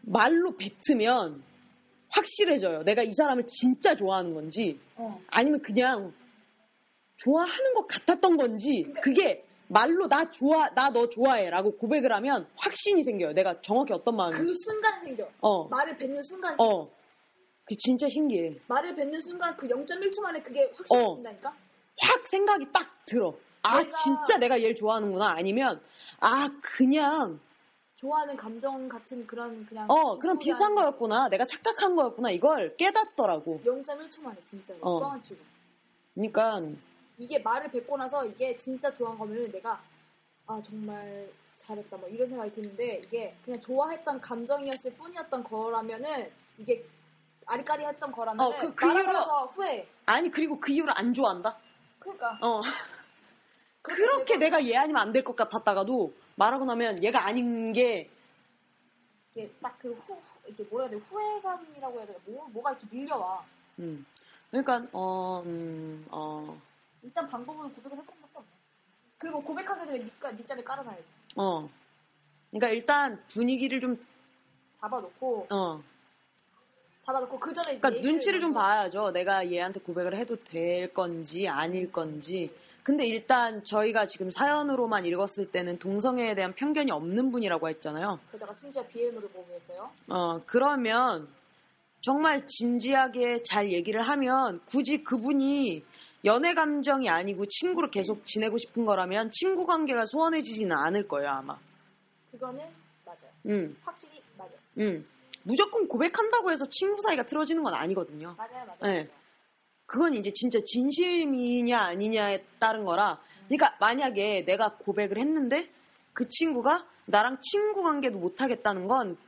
[SPEAKER 1] 말로 뱉으면 확실해져요. 내가 이 사람을 진짜 좋아하는 건지
[SPEAKER 2] 어.
[SPEAKER 1] 아니면 그냥 좋아하는 것 같았던 건지 그게 말로 나 좋아 나 너 좋아해라고 고백을 하면 확신이 생겨요. 내가 정확히 어떤
[SPEAKER 2] 그
[SPEAKER 1] 마음인지.
[SPEAKER 2] 순간 생겨.
[SPEAKER 1] 어.
[SPEAKER 2] 말을 뱉는 순간 생겨.
[SPEAKER 1] 어. 그 진짜 신기해.
[SPEAKER 2] 말을 뱉는 순간 그 0.1초 만에 그게
[SPEAKER 1] 어.
[SPEAKER 2] 확실해진다니까?
[SPEAKER 1] 확 생각이 딱 들어. 아,
[SPEAKER 2] 내가-
[SPEAKER 1] 진짜 내가 얘를 좋아하는구나. 아니면, 아, 그냥,
[SPEAKER 2] 좋아하는 감정 같은 그런 그냥
[SPEAKER 1] 어, 그런 비슷한 거였구나. 내가 착각한 거였구나. 이걸 깨닫더라고.
[SPEAKER 2] 0.1초 만에 진짜로
[SPEAKER 1] 어.
[SPEAKER 2] 뻥 치고
[SPEAKER 1] 그러니까,
[SPEAKER 2] 이게 말을 뱉고 나서 이게 진짜 좋아한 거면은 내가 아 정말 잘했다 뭐 이런 생각이 드는데 이게 그냥 좋아했던 감정이었을 뿐이었던 거라면은 이게 아리까리했던 거라면
[SPEAKER 1] 어,
[SPEAKER 2] 은
[SPEAKER 1] 그- 그
[SPEAKER 2] 말을
[SPEAKER 1] 이유로-
[SPEAKER 2] 하면서 후회
[SPEAKER 1] 아니, 그리고 그 이후로 안 좋아한다?
[SPEAKER 2] 그러니까
[SPEAKER 1] 어. 그렇게 내가 얘 아니면 안 될 것 같았다가도 말하고 나면 얘가 아닌 게,
[SPEAKER 2] 이게 딱 그 후 이게 뭐라 해야 돼 후회감이라고 해야 되나 뭐, 뭐가 이렇게 밀려와
[SPEAKER 1] 음. 그러니까, 어, 음, 어,
[SPEAKER 2] 일단 방법은 고백을 해본 것도 없네 그리고 고백하게 되면 니까 니자를 깔아놔야지
[SPEAKER 1] 어. 그러니까 일단 분위기를 좀,
[SPEAKER 2] 잡아놓고
[SPEAKER 1] 어.
[SPEAKER 2] 잡아놓고 그 전에
[SPEAKER 1] 그러니까 눈치를 좀 봐야죠. 내가 얘한테 고백을 해도 될 건지 아닐 건지. 근데 일단 저희가 지금 사연으로만 읽었을 때는 동성애에 대한 편견이 없는 분이라고 했잖아요.
[SPEAKER 2] 그러다가 심지어 BM으로 보고했어요.
[SPEAKER 1] 어, 그러면 정말 진지하게 잘 얘기를 하면 굳이 그분이 연애 감정이 아니고 친구로 계속 지내고 싶은 거라면 친구 관계가 소원해지지는 않을 거예요, 아마.
[SPEAKER 2] 그거는 맞아요.
[SPEAKER 1] 음,
[SPEAKER 2] 확실히 맞아요.
[SPEAKER 1] 음. 무조건 고백한다고 해서 친구 사이가 틀어지는 건 아니거든요.
[SPEAKER 2] 맞아요, 맞아요.
[SPEAKER 1] 네.
[SPEAKER 2] 맞아요.
[SPEAKER 1] 그건 이제 진짜 진심이냐 아니냐에 따른 거라. 그러니까 만약에 내가 고백을 했는데 그 친구가 나랑 친구 관계도 못 하겠다는 건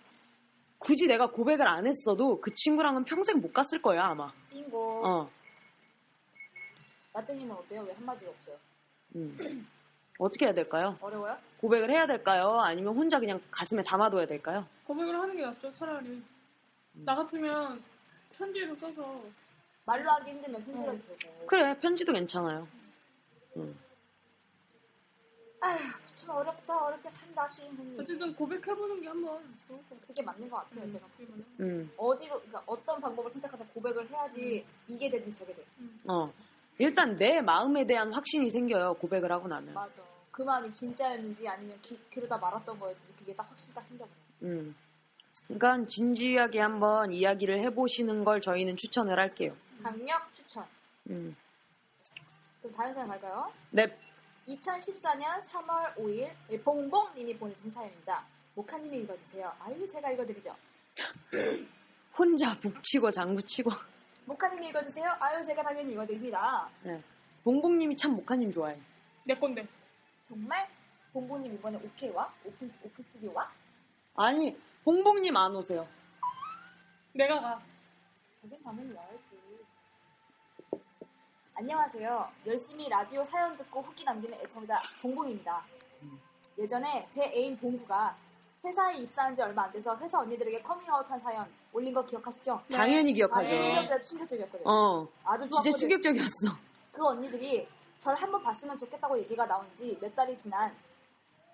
[SPEAKER 1] 굳이 내가 고백을 안 했어도 그 친구랑은 평생 못 갔을 거야 아마.
[SPEAKER 2] 띵고.
[SPEAKER 1] 어.
[SPEAKER 2] 라떼님은 어때요? 왜 한마디가 없어요?
[SPEAKER 1] 음. 어떻게 해야 될까요?
[SPEAKER 2] 어려워요?
[SPEAKER 1] 고백을 해야 될까요? 아니면 혼자 그냥 가슴에 담아둬야 될까요?
[SPEAKER 3] 고백을 하는 게 낫죠, 차라리.
[SPEAKER 2] 음.
[SPEAKER 3] 나 같으면 편지로 써서
[SPEAKER 2] 말로 하기 힘들면 흔들어
[SPEAKER 1] 네.
[SPEAKER 2] 주고.
[SPEAKER 1] 그래 편지도 괜찮아요. 음.
[SPEAKER 2] 아휴, 좀 어렵다, 어렵게 산다, 주인분이.
[SPEAKER 3] 어쨌든 고백해보는 게
[SPEAKER 2] 음.
[SPEAKER 3] 한번 좋을 것 같아요.
[SPEAKER 2] 그게 맞는 것 같아요, 제가.
[SPEAKER 3] 음,
[SPEAKER 1] 음.
[SPEAKER 2] 어디로, 그러니까 어떤 방법을 선택하든 고백을 해야지
[SPEAKER 1] 음.
[SPEAKER 2] 이게 되든 저게 되든.
[SPEAKER 1] 어. 일단 내 마음에 대한 확신이 생겨요 고백을 하고 나면.
[SPEAKER 2] 맞아. 그 마음이 진짜였는지 아니면 기- 그러다 말았던 거였는지 그게 딱 확실히 딱 생겨버려.
[SPEAKER 1] 음. 그러니까 진지하게 한번 이야기를 해보시는 걸 저희는 추천을 할게요.
[SPEAKER 2] 강력 추천.
[SPEAKER 1] 음.
[SPEAKER 2] 그럼 다른 사연 갈까요?
[SPEAKER 1] 네,
[SPEAKER 2] 2014년 3월 5일 예, 봉봉님이 보내주신 사연입니다. 모카님이 읽어주세요. 아유 제가 읽어드리죠.
[SPEAKER 1] 혼자 북치고 장구치고
[SPEAKER 2] 모카님이 읽어주세요. 아유 제가 당연히 읽어드립니다.
[SPEAKER 1] 네. 봉봉님이 참 목하님 좋아해.
[SPEAKER 3] 내 건데.
[SPEAKER 2] 정말 봉봉님 이번에 오케이와 오픈 오픈 스튜디오와
[SPEAKER 1] 아니 봉봉님 안 오세요.
[SPEAKER 3] 내가 가.
[SPEAKER 2] 자기 가면 와야지. 안녕하세요. 열심히 라디오 사연 듣고 후기 남기는 애청자 봉봉입니다. 예전에 제 애인 봉구가 회사에 입사한 지 얼마 안 돼서 회사 언니들에게 커밍아웃한 사연 올린 거 기억하시죠?
[SPEAKER 1] 당연히
[SPEAKER 2] 아,
[SPEAKER 1] 기억하죠.
[SPEAKER 3] 네,
[SPEAKER 2] 충격적, 충격적이었거든요.
[SPEAKER 1] 어,
[SPEAKER 2] 아주
[SPEAKER 1] 진짜
[SPEAKER 2] 좋았거든요.
[SPEAKER 1] 충격적이었어.
[SPEAKER 2] 그 언니들이 저를 한번 봤으면 좋겠다고 얘기가 나온 지 몇 달이 지난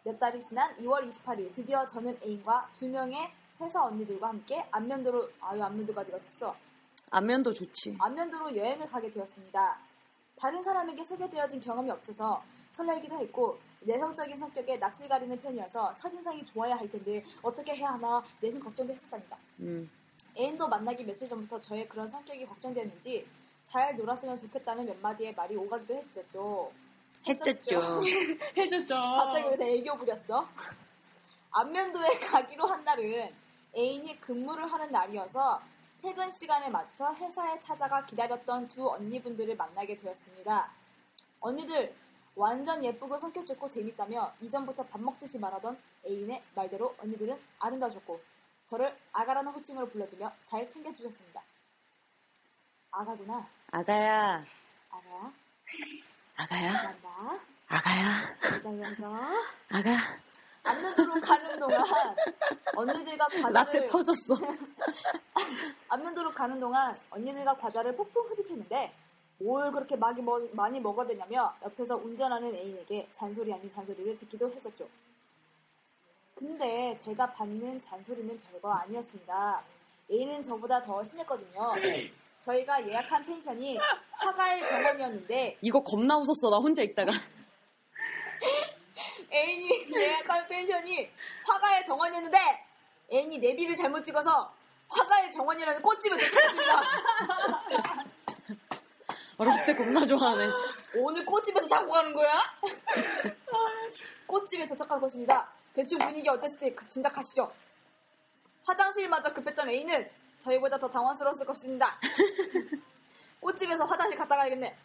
[SPEAKER 2] 몇 달이 지난 2월 28일 드디어 저는 애인과 두 명의 회사 언니들과 함께 안면도로 아유 안면도까지 갔었어
[SPEAKER 1] 안면도 좋지.
[SPEAKER 2] 안면도로 여행을 가게 되었습니다. 다른 사람에게 소개되어진 경험이 없어서 설레기도 했고 내성적인 성격에 낯을 가리는 편이어서 첫인상이 좋아야 할 텐데 어떻게 해야 하나 내심 걱정도 했었답니다.
[SPEAKER 1] 음.
[SPEAKER 2] 애인도 만나기 며칠 전부터 저의 그런 성격이 걱정되는지 잘 놀았으면 좋겠다는 몇 마디의 말이 오가기도 했죠.
[SPEAKER 1] 했었죠.
[SPEAKER 3] 해줬죠.
[SPEAKER 2] 갑자기 여기서 애교 부렸어? 안면도에 가기로 한 날은 애인이 근무를 하는 날이어서 퇴근 시간에 맞춰 회사에 찾아가 기다렸던 두 언니분들을 만나게 되었습니다. 언니들 완전 예쁘고 성격 좋고 재밌다며 이전부터 밥 먹듯이 말하던 애인의 말대로 언니들은 아름다우셨고 저를 아가라는 호칭으로 불러주며 잘 챙겨주셨습니다. 아가구나.
[SPEAKER 1] 아가야,
[SPEAKER 2] 아가야.
[SPEAKER 1] 아가야,
[SPEAKER 2] 난다.
[SPEAKER 1] 아가야,
[SPEAKER 2] 이자연가.
[SPEAKER 1] 아가.
[SPEAKER 2] 안면도로 가는 동안 언니들과
[SPEAKER 1] 라떼
[SPEAKER 2] 과자를
[SPEAKER 1] 터졌어.
[SPEAKER 2] 안면도로 가는 동안 언니들과 과자를 폭풍 흡입했는데 뭘 그렇게 많이, 먹, 많이 먹어대냐며 옆에서 운전하는 애인에게 잔소리 아닌 잔소리를 듣기도 했었죠. 근데 제가 받는 잔소리는 별거 아니었습니다. 애인은 저보다 더 심했거든요. 저희가 예약한 펜션이 화가의 정원이었는데
[SPEAKER 1] 이거 겁나 웃었어. 나 혼자 있다가.
[SPEAKER 2] 애인이 예약한 펜션이 화가의 정원이었는데 애인이 내비를 잘못 찍어서 화가의 정원이라는 꽃집을 도착했습니다.
[SPEAKER 1] 어렸을 때 겁나 좋아하네.
[SPEAKER 2] 오늘 꽃집에서 자고 가는 거야? 꽃집에 도착한 것입니다. 대충 분위기 어땠을지 진작 가시죠. 화장실마저 급했던 A는 저희보다 더 당황스러웠을 것입니다. 꽃집에서 화장실 갔다 가야겠네.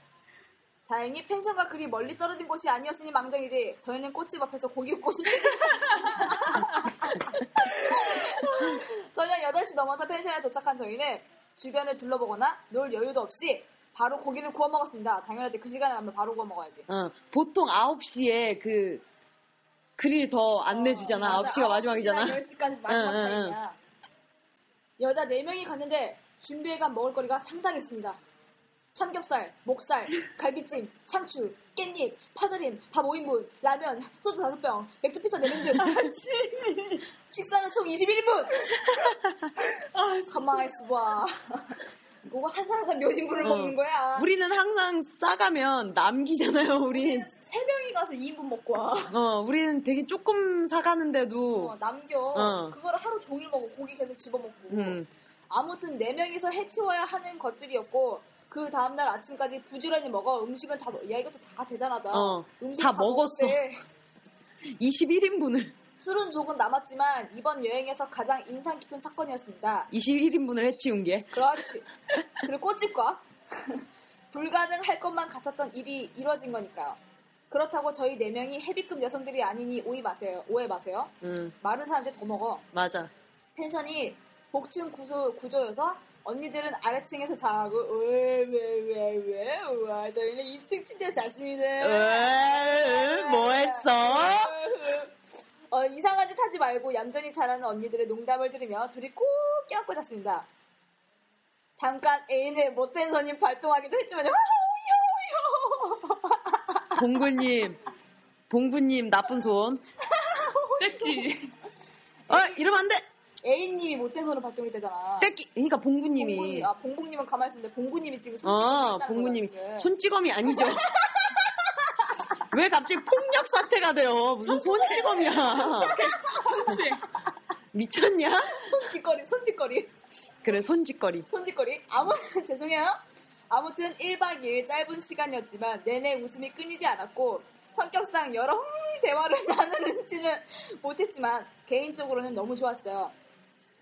[SPEAKER 2] 다행히 펜션과 그리 멀리 떨어진 곳이 아니었으니 망정이지. 저희는 꽃집 앞에서 고기 굽고 싶 저녁 8시 넘어서 펜션에 도착한 저희는 주변을 둘러보거나 놀 여유도 없이 바로 고기를 구워 먹었습니다. 당연하지 그 시간에 하면 바로 구워 먹어야지.
[SPEAKER 1] 어, 보통 9시에 그 그릴 더 안 내주잖아. 9시가 마지막이잖아.
[SPEAKER 2] 10시까지 마지막
[SPEAKER 1] 응, 응, 응.
[SPEAKER 2] 타임이야. 여자 4명이 갔는데 준비해간 먹을거리가 상당했습니다. 삼겹살, 목살, 갈비찜, 상추, 깻잎, 파절임, 밥 5인분, 라면, 소주 5병, 맥주 피처 4병 등. 식사는 총 21인분! 아, 가만히 있어봐. 뭐가 한 사람당 몇 인분을
[SPEAKER 1] 어.
[SPEAKER 2] 먹는 거야?
[SPEAKER 1] 우리는 항상 싸가면 남기잖아요. 우린
[SPEAKER 2] 세 명이 가서 2인분 먹고 와.
[SPEAKER 1] 어, 우리는 되게 조금 사가는데도
[SPEAKER 2] 어, 남겨.
[SPEAKER 1] 어.
[SPEAKER 2] 그걸 하루 종일 먹고 고기 계속 집어먹고.
[SPEAKER 1] 음,
[SPEAKER 2] 아무튼 네 명이서 해치워야 하는 것들이었고 그 다음날 아침까지 부지런히 먹어 음식은 다 먹- 야 이것도 다 대단하다
[SPEAKER 1] 어,
[SPEAKER 2] 음식
[SPEAKER 1] 다 먹었어.
[SPEAKER 2] 먹었대.
[SPEAKER 1] 21인분을
[SPEAKER 2] 술은 조금 남았지만 이번 여행에서 가장 인상 깊은 사건이었습니다
[SPEAKER 1] 21인분을 해치운 게
[SPEAKER 2] 그렇지 그리고 꽃집과 불가능할 것만 같았던 일이 이루어진 거니까요 그렇다고 저희 네 명이 헤비급 여성들이 아니니 오해 마세요 오해 마세요
[SPEAKER 1] 음,
[SPEAKER 2] 마른 사람들 더 먹어
[SPEAKER 1] 맞아.
[SPEAKER 2] 펜션이 복층 구조, 구조여서 언니들은 아래층에서 자고 왜왜왜왜 와 너희는 2층 침대 자신이네
[SPEAKER 1] 으, 어, 뭐 했어?
[SPEAKER 2] 어, 이상한 짓 하지 말고 얌전히 자라는 언니들의 농담을 들으며 둘이 꼭 껴안고 잤습니다 잠깐 애인의 못된 선임 발동하기도 아, 했지만
[SPEAKER 1] 봉구님, 봉구님 나쁜 손.
[SPEAKER 3] 됐지.
[SPEAKER 1] 어, 이러면 안 돼.
[SPEAKER 2] 애인님이 못된 선을 발동했대잖아
[SPEAKER 1] 떼끼. 그러니까 봉구님이.
[SPEAKER 2] 봉구님, 아, 봉봉님은 가만히 있는데 봉구님이 지금 손짓을
[SPEAKER 1] 어,
[SPEAKER 2] 했다는 거야,
[SPEAKER 1] 봉구님이
[SPEAKER 2] 지금.
[SPEAKER 1] 손찌검이 아니죠. 왜 갑자기 폭력 사태가 돼요? 무슨 손찌검이야? 미쳤냐?
[SPEAKER 2] 손짓거리 손짓거리
[SPEAKER 1] 그래 손짓거리.
[SPEAKER 2] 손짓거리. 아무, 죄송해요. 아무튼 1박 2일 짧은 시간이었지만 내내 웃음이 끊이지 않았고 성격상 여러 대화를 나누는지는 못했지만 개인적으로는 너무 좋았어요.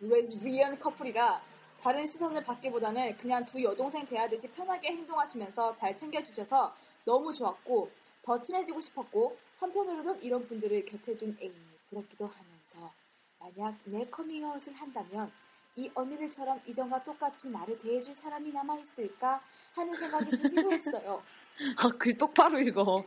[SPEAKER 2] 레즈비언 커플이라 다른 시선을 받기보다는 그냥 두 여동생 대하듯이 편하게 행동하시면서 잘 챙겨주셔서 너무 좋았고 더 친해지고 싶었고 한편으로는 이런 분들을 곁에 둔 애인이 부럽기도 하면서 만약 내 커밍아웃을 한다면 이 언니들처럼 이전과 똑같이 나를 대해줄 사람이 남아있을까 하는 생각이 들기도 했어요.
[SPEAKER 1] 아, 글 똑바로 읽어.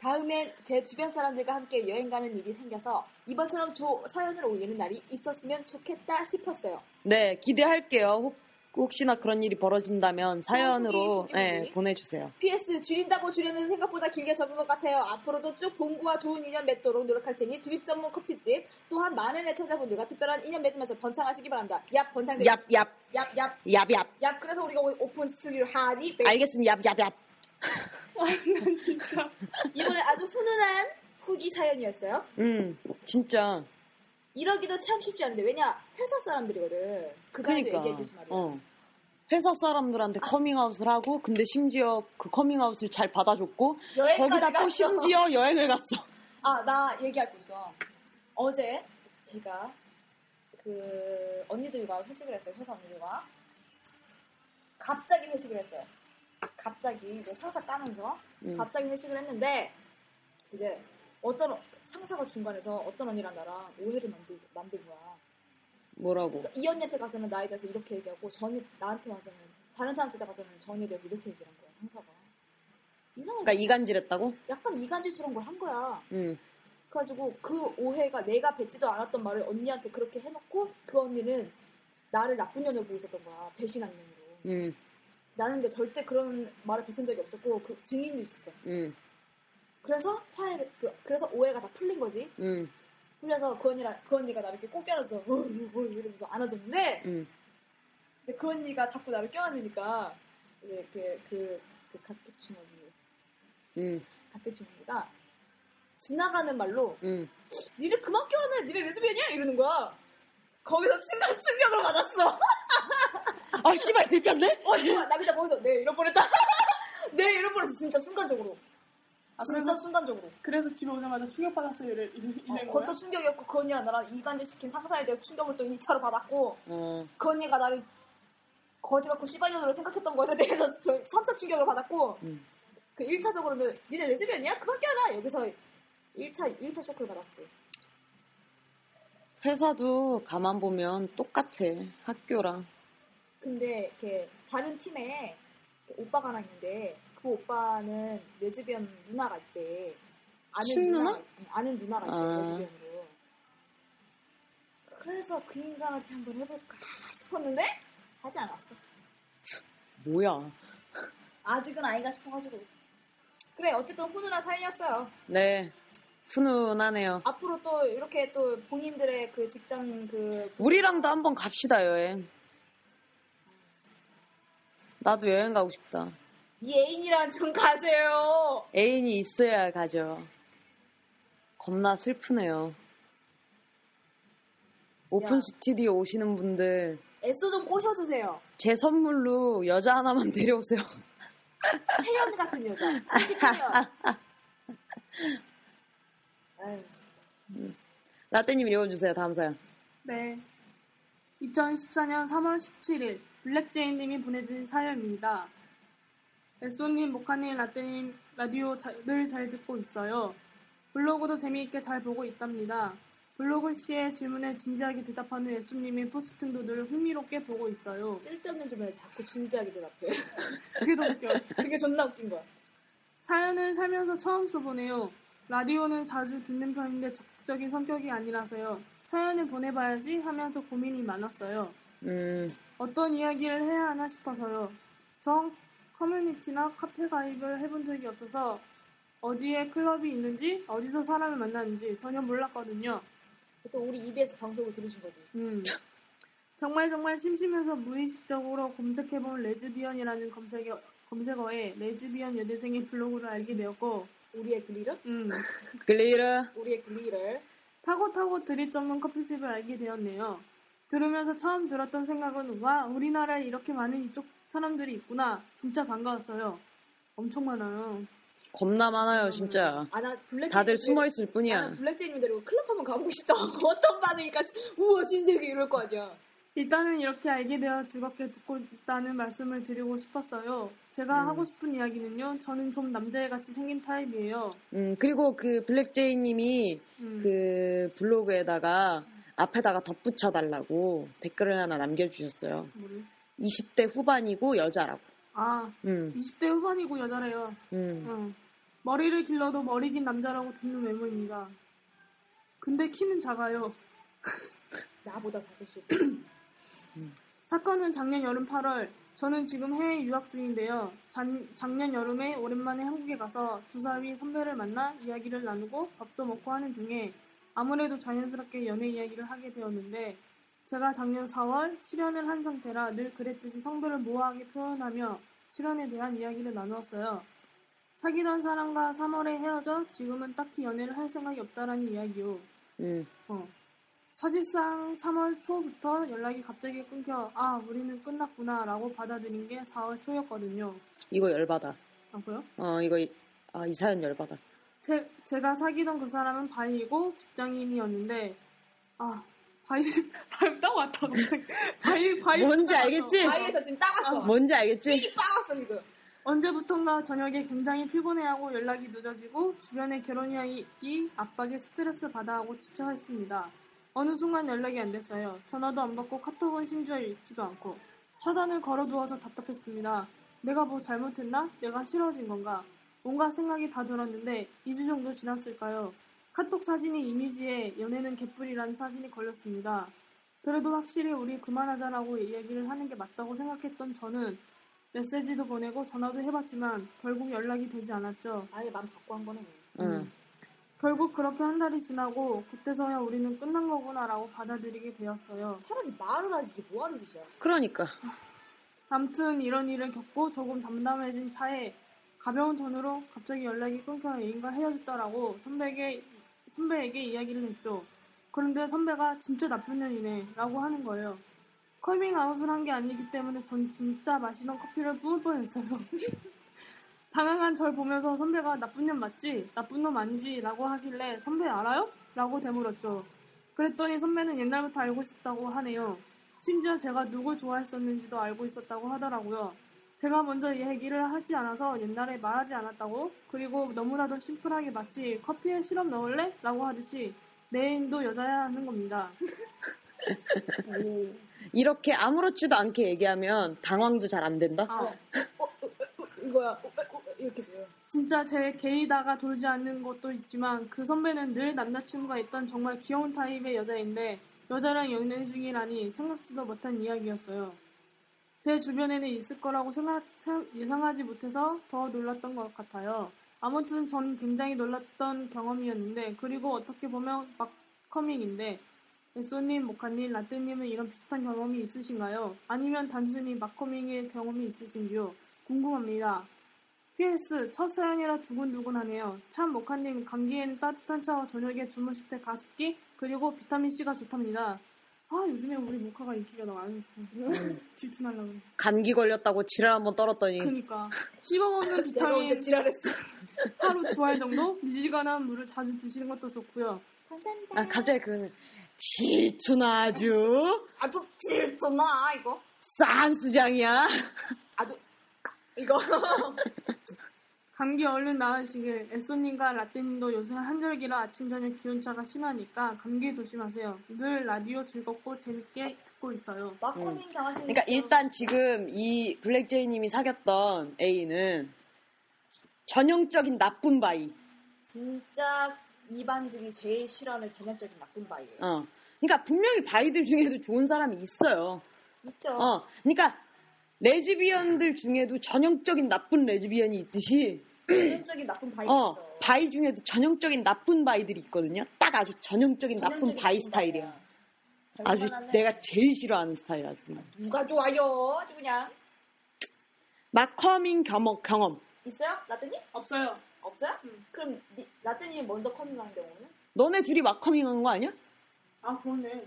[SPEAKER 2] 다음엔 제 주변 사람들과 함께 여행 가는 일이 생겨서 이번처럼 조, 사연을 올리는 날이 있었으면 좋겠다 싶었어요.
[SPEAKER 1] 네, 기대할게요. 혹- 혹시나 그런 일이 벌어진다면 사연으로
[SPEAKER 2] 소개, 소개,
[SPEAKER 1] 예,
[SPEAKER 2] 소개.
[SPEAKER 1] 보내주세요.
[SPEAKER 2] PS 줄인다고 줄였는데 생각보다 길게 적은 것 같아요. 앞으로도 쭉 공부와 좋은 인연 맺도록 노력할 테니 드립 전문 커피집 또한 많은 애청자분들과 특별한 인연 맺으면서 번창하시기 바랍니다. 얍 번창 얍
[SPEAKER 1] 얍얍
[SPEAKER 2] 얍
[SPEAKER 1] 얍얍
[SPEAKER 2] 야, 그래서 우리가 오늘 오픈 스튜디오를 하지.
[SPEAKER 1] 알겠습니다. 얍얍얍
[SPEAKER 2] 이번에 아주 훈훈한 후기 사연이었어요.
[SPEAKER 1] 음 진짜
[SPEAKER 2] 이러기도 참 쉽지 않은데 왜냐 회사 사람들이거든. 그
[SPEAKER 1] 그러니까
[SPEAKER 2] 얘기해 주신 말이야.
[SPEAKER 1] 어. 회사 사람들한테 커밍아웃을 하고 근데 심지어 그 커밍아웃을 잘 받아줬고
[SPEAKER 2] 네,
[SPEAKER 1] 거기다 또 심지어 여행을 갔어.
[SPEAKER 2] 아나 얘기할 게 있어. 어제 제가 그 언니들과 회식을 했어요. 회사 언니들과 갑자기 회식을 했어요. 갑자기 이제 상사 까면서
[SPEAKER 1] 음.
[SPEAKER 2] 갑자기 회식을 했는데 이제 어떤 상사가 중간에서 어떤 언니랑 나랑 오해를 만들 만든 거야.
[SPEAKER 1] 뭐라고?
[SPEAKER 2] 그러니까 이 언니한테 가서는 나에 대해서 이렇게 얘기하고 전이 나한테 와서는 다른 사람한테 가서는 전에 대해서 이렇게 얘기한 거야 상사가 이상하게
[SPEAKER 1] 그러니까 이간질했다고?
[SPEAKER 2] 약간 이간질스러운 걸 한 거야
[SPEAKER 1] 음.
[SPEAKER 2] 그래가지고 그 오해가 내가 뱉지도 않았던 말을 언니한테 그렇게 해놓고 그 언니는 나를 나쁜 년으로 보고 있었던 거야 배신한 년으로
[SPEAKER 1] 음.
[SPEAKER 2] 나는 근데 절대 그런 말을 뱉은 적이 없었고 그 증인도 있었어
[SPEAKER 1] 음.
[SPEAKER 2] 그래서 화해를 그, 래서 오해가 다 풀린 거지
[SPEAKER 1] 음.
[SPEAKER 2] 풀려서 그 언니랑 그 언니가 나를 이렇게 꼭 껴안아서 어, 어, 어, 이러면서 안아줬는데
[SPEAKER 1] 음.
[SPEAKER 2] 이제 그 언니가 자꾸 나를 껴안으니까 이제 그, 그, 그 갓대충 언니,
[SPEAKER 1] 음.
[SPEAKER 2] 갓대충 언니가 지나가는 말로
[SPEAKER 1] 음.
[SPEAKER 2] 니네 그만 껴안아, 니네 레즈비언이야? 이러는 거야. 거기서 순간 충격을 받았어.
[SPEAKER 1] 아 씨발 들켰네?
[SPEAKER 2] 어, 정말 나 그때 거기서 네, 이럴 뻔했다. 네, 이럴 뻔했어. 진짜 순간적으로. 아, 진짜
[SPEAKER 3] 그러면-
[SPEAKER 2] 순간적으로.
[SPEAKER 3] 그래서 집에 오자마자 충격받았어요. 이래, 이래,
[SPEAKER 2] 어,
[SPEAKER 3] 이런 거야?
[SPEAKER 2] 그것도 충격이었고, 그 언니랑 나랑 이간질 시킨 상사에 대해서 충격을 또 2차로 받았고,
[SPEAKER 1] 어.
[SPEAKER 2] 그 언니가 나를 거지 같고 씨발년으로 생각했던 것에 대해서 저 3차 충격을 받았고
[SPEAKER 1] 음.
[SPEAKER 2] 그 1차적으로는 니네 레즈비언이야? 그만 껴라! 여기서 1차, 1차 쇼크를 받았지
[SPEAKER 1] 회사도 가만 보면 똑같아. 학교랑.
[SPEAKER 2] 근데 이렇게 다른 팀에 이렇게 오빠가 하나 있는데 그 오빠는 레즈비언 누나가 있대 아는
[SPEAKER 1] 친누나?
[SPEAKER 2] 누나가, 있- 아는 누나가 있대
[SPEAKER 1] 아.
[SPEAKER 2] 레즈비언으로 그래서 그 인간한테 한번 해볼까 싶었는데 하지 않았어
[SPEAKER 1] 뭐야?
[SPEAKER 2] 아직은 아이가 싶어가지고 그래 어쨌든 훈훈한 사연이었어요
[SPEAKER 1] 네. 훈훈하네요.
[SPEAKER 2] 앞으로 또 이렇게 또 본인들의 그 직장 그
[SPEAKER 1] 우리랑도 한번 갑시다 여행. 나도 여행 가고 싶다.
[SPEAKER 2] 이 애인이랑 좀 가세요.
[SPEAKER 1] 애인이 있어야 가죠. 겁나 슬프네요. 오픈
[SPEAKER 2] 야.
[SPEAKER 1] 스튜디오 오시는 분들
[SPEAKER 2] 애써 좀 꼬셔주세요.
[SPEAKER 1] 제 선물로 여자 하나만 데려오세요.
[SPEAKER 2] 태연 같은 여자. 30년.
[SPEAKER 1] 라떼님 읽어주세요. 다음 사연.
[SPEAKER 3] 네. 2014년 3월 17일 블랙제이님이 보내준 사연입니다. 에쏘님, 모카님, 라떼님 라디오 늘 잘 듣고 있어요. 블로그도 재미있게 잘 보고 있답니다. 블로그 씨의 질문에 진지하게 대답하는 에쏘님의 포스팅도 늘 흥미롭게 보고 있어요.
[SPEAKER 2] 쓸데없는 주변에 자꾸 진지하게 대답해.
[SPEAKER 3] 그게 더 웃겨요.
[SPEAKER 2] 그게 존나 웃긴 거야.
[SPEAKER 3] 사연을 살면서 처음 써보네요. 라디오는 자주 듣는 편인데 적극적인 성격이 아니라서요. 사연을 보내봐야지 하면서 고민이 많았어요.
[SPEAKER 1] 음,
[SPEAKER 3] 어떤 이야기를 해야 하나 싶어서요. 전 커뮤니티나 카페 가입을 해본 적이 없어서 어디에 클럽이 있는지, 어디서 사람을 만나는지 전혀 몰랐거든요.
[SPEAKER 2] 보통 우리 EBS 방송을 들으신 거지.
[SPEAKER 3] 음. 정말 정말 심심해서 무의식적으로 검색해본 레즈비언이라는 검색에, 검색어에 레즈비언 여대생의 블로그를 알게 되었고,
[SPEAKER 2] 우리의 글리를?
[SPEAKER 3] 음.
[SPEAKER 1] 글리르
[SPEAKER 2] 우리의 글리를.
[SPEAKER 3] 타고 타고 드립 전문 커피집을 알게 되었네요. 들으면서 처음 들었던 생각은 와 우리나라에 이렇게 많은 이쪽 사람들이 있구나 진짜 반가웠어요. 엄청 많아요.
[SPEAKER 1] 겁나 많아요 진짜.
[SPEAKER 2] 아, 나 블랙.
[SPEAKER 1] 다들 숨어 있을
[SPEAKER 2] 나는
[SPEAKER 1] 뿐이야.
[SPEAKER 2] 블랙제이님 데리고 클럽 한번 가보고 싶다. 어떤 반응일까? 싶- 우와, 신세계 이럴 거 아니야.
[SPEAKER 3] 일단은 이렇게 알게 되어 즐겁게 듣고 있다는 말씀을 드리고 싶었어요. 제가
[SPEAKER 1] 음.
[SPEAKER 3] 하고 싶은 이야기는요. 저는 좀 남자애같이 생긴 타입이에요.
[SPEAKER 1] 음 그리고 그 블랙제이님이
[SPEAKER 3] 음,
[SPEAKER 1] 그 블로그에다가 앞에다가 덧붙여 달라고 댓글을 하나 남겨주셨어요.
[SPEAKER 3] 뭐를?
[SPEAKER 1] 20대 후반이고 여자라고.
[SPEAKER 3] 아
[SPEAKER 1] 음,
[SPEAKER 3] 20대 후반이고 여자래요.
[SPEAKER 1] 음.
[SPEAKER 3] 응. 머리를 길러도 머리 긴 남자라고 듣는 외모입니다. 근데 키는 작아요.
[SPEAKER 2] 나보다 작을 수 있고.
[SPEAKER 3] 사건은 작년 여름 8월, 저는 지금 해외 유학 중인데요. 잔- 작년 여름에 오랜만에 한국에 가서 두사위 선배를 만나 이야기를 나누고 밥도 먹고 하는 중에 아무래도 자연스럽게 연애 이야기를 하게 되었는데 제가 작년 4월 실연을 한 상태라 늘 그랬듯이 성별을 모호하게 표현하며 실연에 대한 이야기를 나누었어요. 사귀던 사람과 3월에 헤어져 지금은 딱히 연애를 할 생각이 없다라는 이야기요.
[SPEAKER 1] 음.
[SPEAKER 3] 어. 사실상 3월 초부터 연락이 갑자기 끊겨 아 우리는 끝났구나 라고 받아들인 게 4월 초였거든요.
[SPEAKER 1] 이거 열받아.
[SPEAKER 3] 아 그래요?
[SPEAKER 1] 어, 이거, 이- 아, 이 사연 열받아.
[SPEAKER 3] 제, 제가 사귀던 그 사람은 바이고 직장인이었는데 아 바이 바이 딱 왔다고 바이 바이
[SPEAKER 1] 뭔지
[SPEAKER 3] 딱
[SPEAKER 1] 알겠지?
[SPEAKER 3] 왔어.
[SPEAKER 4] 바위에서 지금 따갔어.
[SPEAKER 1] 뭔지 알겠지?
[SPEAKER 4] 따갔어 지금.
[SPEAKER 3] 언제부턴가 저녁에 굉장히 피곤해하고 연락이 늦어지고 주변의 결혼 이야기 압박에 스트레스 받아하고 지쳐했습니다. 어느 순간 연락이 안 됐어요. 전화도 안 받고 카톡은 심지어 읽지도 않고 차단을 걸어두어서 답답했습니다. 내가 뭐 잘못했나? 내가 싫어진 건가? 뭔가 생각이 다 들었는데 2주 정도 지났을까요? 카톡 사진이 이미지에 연애는 개뿔이라는 사진이 걸렸습니다. 그래도 확실히 우리 그만하자라고 이야기를 하는 게 맞다고 생각했던 저는 메시지도 보내고 전화도 해봤지만 결국 연락이 되지 않았죠.
[SPEAKER 4] 아예 맘 잡고 한 거네.
[SPEAKER 1] 응.
[SPEAKER 3] 결국 그렇게 한 달이 지나고 그때서야 우리는 끝난 거구나라고 받아들이게 되었어요.
[SPEAKER 4] 차라리 말을 하지 이게 뭐하는 짓이야.
[SPEAKER 1] 그러니까.
[SPEAKER 3] 아무튼 이런 일을 겪고 조금 담담해진 차에 가벼운 톤으로 갑자기 연락이 끊겨 애인과 헤어졌다라고 선배에게, 선배에게 이야기를 했죠. 그런데 선배가 진짜 나쁜 년이네 라고 하는 거예요. 커밍아웃을 한 게 아니기 때문에 전 진짜 마시던 커피를 부을 뻔했어요. 당황한 절 보면서 선배가 나쁜 년 맞지? 나쁜 놈 아니지? 라고 하길래 선배 알아요? 라고 되물었죠. 그랬더니 선배는 옛날부터 알고 싶다고 하네요. 심지어 제가 누굴 좋아했었는지도 알고 있었다고 하더라고요. 제가 먼저 이 얘기를 하지 않아서 옛날에 말하지 않았다고 그리고 너무나도 심플하게 마치 커피에 시럽 넣을래? 라고 하듯이 내 애인도 여자야 하는 겁니다.
[SPEAKER 1] 이렇게 아무렇지도 않게 얘기하면 당황도 잘 안 된다?
[SPEAKER 3] 아,
[SPEAKER 4] 이거야. 어, 어, 어, 이렇게 돼요.
[SPEAKER 3] 진짜 제 게이다가 돌지 않는 것도 있지만 그 선배는 늘 남자친구가 있던 정말 귀여운 타입의 여자인데 여자랑 연애 중이라니 생각지도 못한 이야기였어요. 제 주변에는 있을 거라고 생각- 생- 예상하지 못해서 더 놀랐던 것 같아요. 아무튼 전 굉장히 놀랐던 경험이었는데 그리고 어떻게 보면 막 커밍인데 에쏘님, 모카님, 라떼님은 이런 비슷한 경험이 있으신가요? 아니면 단순히 막커밍의 경험이 있으신지요? 궁금합니다. PS 첫 사연이라 두근두근하네요. 참 모카님 감기에는 따뜻한 차와 저녁에 주무실 때 가습기 그리고 비타민 C가 좋답니다. 아 요즘에 우리 모카가 인기가 너무 안
[SPEAKER 4] 네.
[SPEAKER 3] 좋고 질투날라고.
[SPEAKER 1] 감기 걸렸다고 지랄 한번 떨었더니 그
[SPEAKER 3] 그러니까 씹어먹는
[SPEAKER 4] 내가
[SPEAKER 3] 비타민
[SPEAKER 4] 언제 지랄했어.
[SPEAKER 3] 하루 두 알 정도 미지근한 물을 자주 드시는 것도 좋고요.
[SPEAKER 2] 감사합니다.
[SPEAKER 1] 아 갑자기 그 질투나 아주
[SPEAKER 4] 아주 질투나 이거.
[SPEAKER 1] 쌍스장이야
[SPEAKER 4] 아주 이거.
[SPEAKER 3] 감기 얼른 나으시길 에쏘님과 라떼님도 요새 한절기라 아침 저녁 기온차가 심하니까 감기 조심하세요. 늘 라디오 즐겁고 재밌게 듣고 있어요.
[SPEAKER 4] 마코님 당하시는.
[SPEAKER 1] 그러니까 일단 지금 이 블랙제이님이 사귀었던 애인은 전형적인 나쁜 바이
[SPEAKER 4] 진짜 이반들이 제일 싫어하는 전형적인 나쁜 바이예요.
[SPEAKER 1] 어. 그러니까 분명히 바이들 중에도 좋은 사람이 있어요
[SPEAKER 4] 있죠.
[SPEAKER 1] 어. 그러니까 레즈비언들 중에도 전형적인 나쁜 레즈비언이 있듯이
[SPEAKER 4] 전형적인 나쁜 바이.
[SPEAKER 1] 어,
[SPEAKER 4] 있어.
[SPEAKER 1] 바이 중에도 전형적인 나쁜 바이들이 있거든요. 딱 아주 전형적인 나쁜
[SPEAKER 4] 전형적인
[SPEAKER 1] 바이 스타일이야.
[SPEAKER 4] 바이야.
[SPEAKER 1] 아주
[SPEAKER 4] 절만하네.
[SPEAKER 1] 내가 제일 싫어하는 스타일 아주 그냥.
[SPEAKER 4] 누가 좋아요? 아주 그냥
[SPEAKER 1] 막 커밍 경험, 경험.
[SPEAKER 4] 있어요? 라떼님?
[SPEAKER 3] 없어요.
[SPEAKER 4] 없어요?
[SPEAKER 3] 음.
[SPEAKER 4] 그럼 니- 라떼님 먼저 커밍한 경우는?
[SPEAKER 1] 너네 둘이 막 커밍한 거 아니야?
[SPEAKER 3] 아 그러네.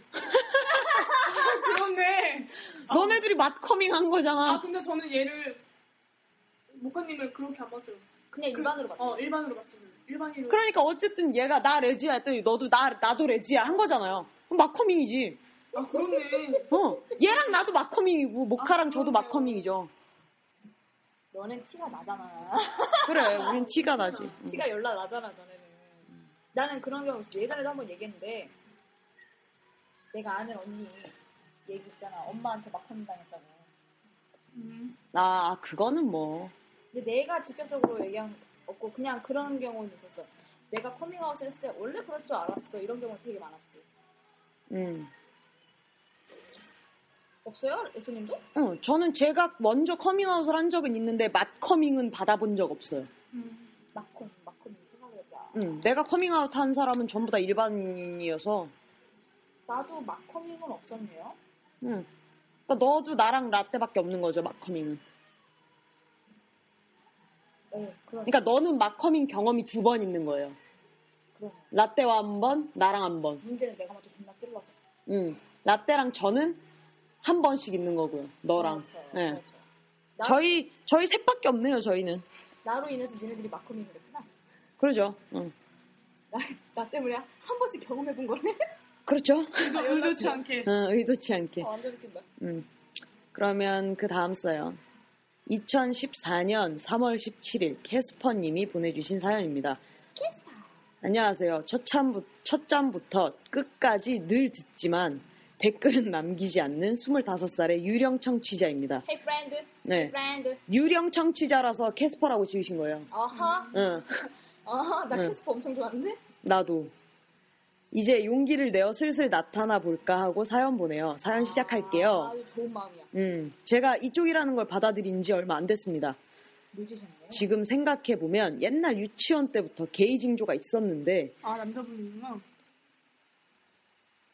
[SPEAKER 3] 그러네.
[SPEAKER 1] 너네 둘이 막 커밍한
[SPEAKER 3] 아
[SPEAKER 1] 어. 거잖아.
[SPEAKER 3] 근데 저는 얘를 모카님을 그렇게 안 봤어요.
[SPEAKER 4] 그냥
[SPEAKER 3] 그-
[SPEAKER 4] 일반으로 봤어요.
[SPEAKER 3] 어 일반으로 봤어요. 일반인.
[SPEAKER 1] 그러니까 어쨌든 얘가 나 레지야 했더니 너도 나, 나도 레지야 한 거잖아요. 그럼 막 커밍이지.
[SPEAKER 3] 아 그러네.
[SPEAKER 1] 어. 얘랑 나도 막 커밍이고, 모카랑
[SPEAKER 3] 아,
[SPEAKER 1] 저도
[SPEAKER 3] 그러네요.
[SPEAKER 1] 막 커밍이죠.
[SPEAKER 4] 너는 티가 나잖아.
[SPEAKER 1] 그래, 우린 티가 나지. 응.
[SPEAKER 4] 티가 열나 나잖아 너네는.
[SPEAKER 1] 음.
[SPEAKER 4] 나는 그런 경우 있어. 예전에도 한 번 얘기했는데 내가 아는 언니 얘기 있잖아. 엄마한테 막 커밍 당했다고.
[SPEAKER 1] 아, 그거는 뭐.
[SPEAKER 4] 근데 내가 직접적으로 얘기한 거 없고 그냥 그런 경우는 있었어. 내가 커밍아웃을 했을 때 원래 그럴 줄 알았어. 이런 경우 되게 많았지.
[SPEAKER 1] 음.
[SPEAKER 4] 없어요? 예수님도?
[SPEAKER 1] 어, 저는 제가 먼저 커밍아웃을 한 적은 있는데 맛 커밍은 받아본 적 없어요.
[SPEAKER 3] 음,
[SPEAKER 4] 마콘, 마콘 생각해보자.
[SPEAKER 1] 음, 내가 커밍아웃 한 사람은 전부 다 일반인이어서
[SPEAKER 4] 나도 마커밍은 없었네요.
[SPEAKER 1] 음. 그러니까 너도 나랑 라떼밖에 없는 거죠, 맛 커밍은.
[SPEAKER 4] 네, 그런.
[SPEAKER 1] 그러니까 너는 맛 커밍 경험이 두 번 있는 거예요.
[SPEAKER 4] 그러네.
[SPEAKER 1] 라떼와 한 번, 나랑 한 번.
[SPEAKER 4] 문제는 내가 먼저 존나 찔러서.
[SPEAKER 1] 음. 라떼랑 저는 한 번씩 있는 거고요. 너랑.
[SPEAKER 4] 그렇죠,
[SPEAKER 1] 예.
[SPEAKER 4] 그렇죠. 나,
[SPEAKER 1] 저희 저희 셋밖에 없네요. 저희는.
[SPEAKER 4] 나로 인해서 니네들이 마커밍을 했구나.
[SPEAKER 1] 그러죠. 응.
[SPEAKER 4] 나 때문에 한 번씩 경험해본 거네.
[SPEAKER 1] 그렇죠.
[SPEAKER 3] 의도, 의도치 않게.
[SPEAKER 1] 어, 의도치 않게.
[SPEAKER 4] 완전 웃긴다.
[SPEAKER 1] 음. 그러면 그 다음 써요. 2014년 3월 17일 캐스퍼님이 보내주신 사연입니다. 안녕하세요. 첫, 참부, 첫 잠부터 끝까지 늘 듣지만 댓글은 남기지 않는 25살의 유령 청취자입니다.
[SPEAKER 4] Hey friend,
[SPEAKER 1] 네.
[SPEAKER 4] friend.
[SPEAKER 1] 유령 청취자라서 캐스퍼라고 지으신 거예요.
[SPEAKER 4] 어허,
[SPEAKER 1] 응,
[SPEAKER 4] 어허. 나
[SPEAKER 1] 음. 네.
[SPEAKER 4] 캐스퍼 엄청 좋아하는데.
[SPEAKER 1] 나도. 이제 용기를 내어 슬슬 나타나 볼까 하고 사연 보내요. 사연
[SPEAKER 4] 아,
[SPEAKER 1] 시작할게요.
[SPEAKER 4] 아주 좋은 마음이야.
[SPEAKER 1] 음, 제가 이쪽이라는 걸 받아들인 지 얼마 안 됐습니다.
[SPEAKER 4] 뮤지션이에요.
[SPEAKER 1] 지금 생각해보면 옛날 유치원 때부터 게이징조가 있었는데
[SPEAKER 3] 아, 남자분이구나.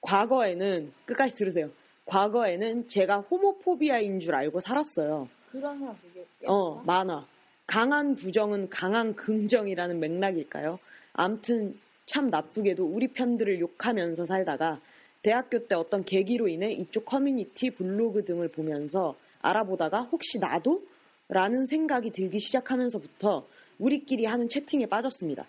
[SPEAKER 1] 과거에는 끝까지 들으세요. 과거에는 제가 호모포비아인 줄 알고 살았어요.
[SPEAKER 4] 그런 사람 되게.
[SPEAKER 1] 어,
[SPEAKER 2] 그렇죠?
[SPEAKER 1] 만화. 강한 부정은 강한 긍정이라는 맥락일까요? 암튼 참 나쁘게도 우리 편들을 욕하면서 살다가 대학교 때 어떤 계기로 인해 이쪽 커뮤니티 블로그 등을 보면서 알아보다가 혹시 나도? 라는 생각이 들기 시작하면서부터 우리끼리 하는 채팅에 빠졌습니다.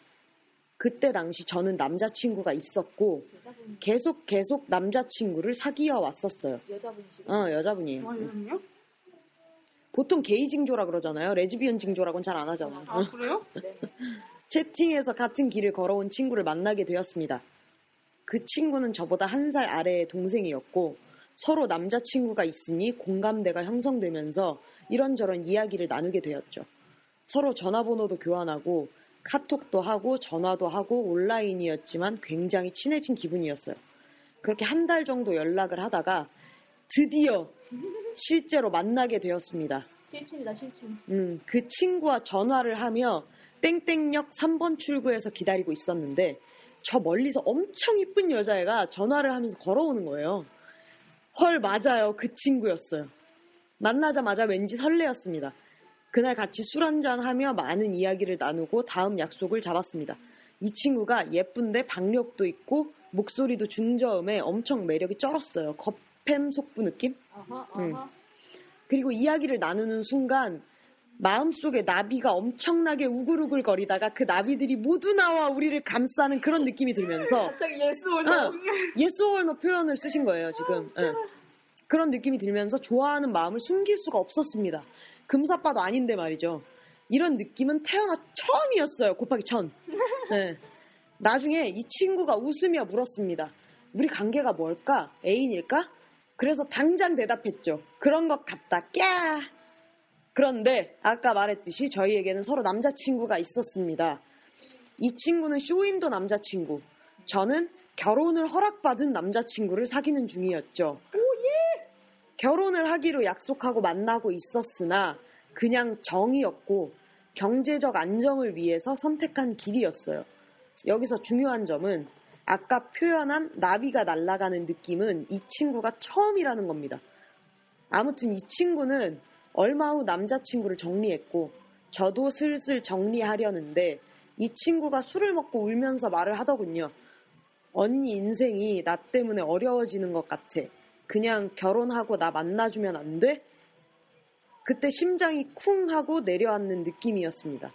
[SPEAKER 1] 그때 당시 저는 남자친구가 있었고
[SPEAKER 4] 여자분,
[SPEAKER 1] 계속 계속 남자친구를 사귀어 왔었어요.
[SPEAKER 4] 여자분이시고.
[SPEAKER 1] 어, 여자분이에요.
[SPEAKER 3] 와, 이름이요?
[SPEAKER 1] 보통 게이 징조라 그러잖아요. 레즈비언 징조라고는 잘 안 하잖아요.
[SPEAKER 3] 아, 그래요?
[SPEAKER 4] 네.
[SPEAKER 1] 채팅에서 같은 길을 걸어온 친구를 만나게 되었습니다. 그 친구는 저보다 한 살 아래의 동생이었고 서로 남자친구가 있으니 공감대가 형성되면서 이런저런 이야기를 나누게 되었죠. 서로 전화번호도 교환하고 카톡도 하고 전화도 하고 온라인이었지만 굉장히 친해진 기분이었어요. 그렇게 한 달 정도 연락을 하다가 드디어 실제로 만나게 되었습니다.
[SPEAKER 4] 실친이다, 실친.
[SPEAKER 1] 음, 그 친구와 전화를 하며 땡땡역 3번 출구에서 기다리고 있었는데 저 멀리서 엄청 이쁜 여자애가 전화를 하면서 걸어오는 거예요. 헐, 맞아요. 그 친구였어요. 만나자마자 왠지 설레었습니다. 그날 같이 술 한잔 하며 많은 이야기를 나누고 다음 약속을 잡았습니다. 이 친구가 예쁜데 박력도 있고 목소리도 중저음에 엄청 매력이 쩔었어요. 겉팸 속부 느낌?
[SPEAKER 4] 어허, 어허.
[SPEAKER 1] 음. 그리고 이야기를 나누는 순간 마음속에 나비가 엄청나게 우글우글 거리다가 그 나비들이 모두 나와 우리를 감싸는 그런 느낌이 들면서
[SPEAKER 4] 갑자기 예스 올
[SPEAKER 1] 응. yes or no 표현을 쓰신 거예요 지금 응. 그런 느낌이 들면서 좋아하는 마음을 숨길 수가 없었습니다 금사빠도 아닌데 말이죠 이런 느낌은 태어나 처음이었어요 곱하기 천 네. 나중에 이 친구가 웃으며 물었습니다 우리 관계가 뭘까 애인일까 그래서 당장 대답했죠 그런 것 같다 꺄 그런데 아까 말했듯이 저희에게는 서로 남자친구가 있었습니다 이 친구는 쇼윈도 남자친구 저는 결혼을 허락받은 남자친구를 사귀는 중이었죠. 결혼을 하기로 약속하고 만나고 있었으나 그냥 정이었고 경제적 안정을 위해서 선택한 길이었어요. 여기서 중요한 점은 아까 표현한 나비가 날아가는 느낌은 이 친구가 처음이라는 겁니다. 아무튼 이 친구는 얼마 후 남자친구를 정리했고 저도 슬슬 정리하려는데 이 친구가 술을 먹고 울면서 말을 하더군요. 언니 인생이 나 때문에 어려워지는 것 같아. 그냥 결혼하고 나 만나주면 안 돼? 그때 심장이 쿵 하고 내려앉는 느낌이었습니다.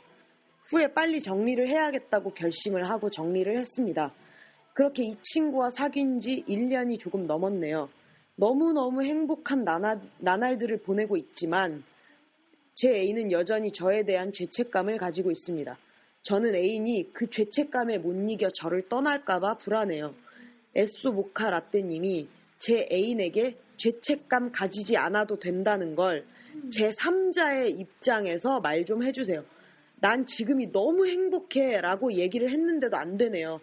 [SPEAKER 1] 후에 빨리 정리를 해야겠다고 결심을 하고 정리를 했습니다. 그렇게 이 친구와 사귄 지 1년이 조금 넘었네요. 너무너무 행복한 나나, 나날들을 보내고 있지만 제 애인은 여전히 저에 대한 죄책감을 가지고 있습니다. 저는 애인이 그 죄책감에 못 이겨 저를 떠날까봐 불안해요. 에쏘 모카 라떼님이 제 애인에게 죄책감 가지지 않아도 된다는 걸 제 3자의 입장에서 말 좀 해주세요. 난 지금이 너무 행복해 라고 얘기를 했는데도 안 되네요.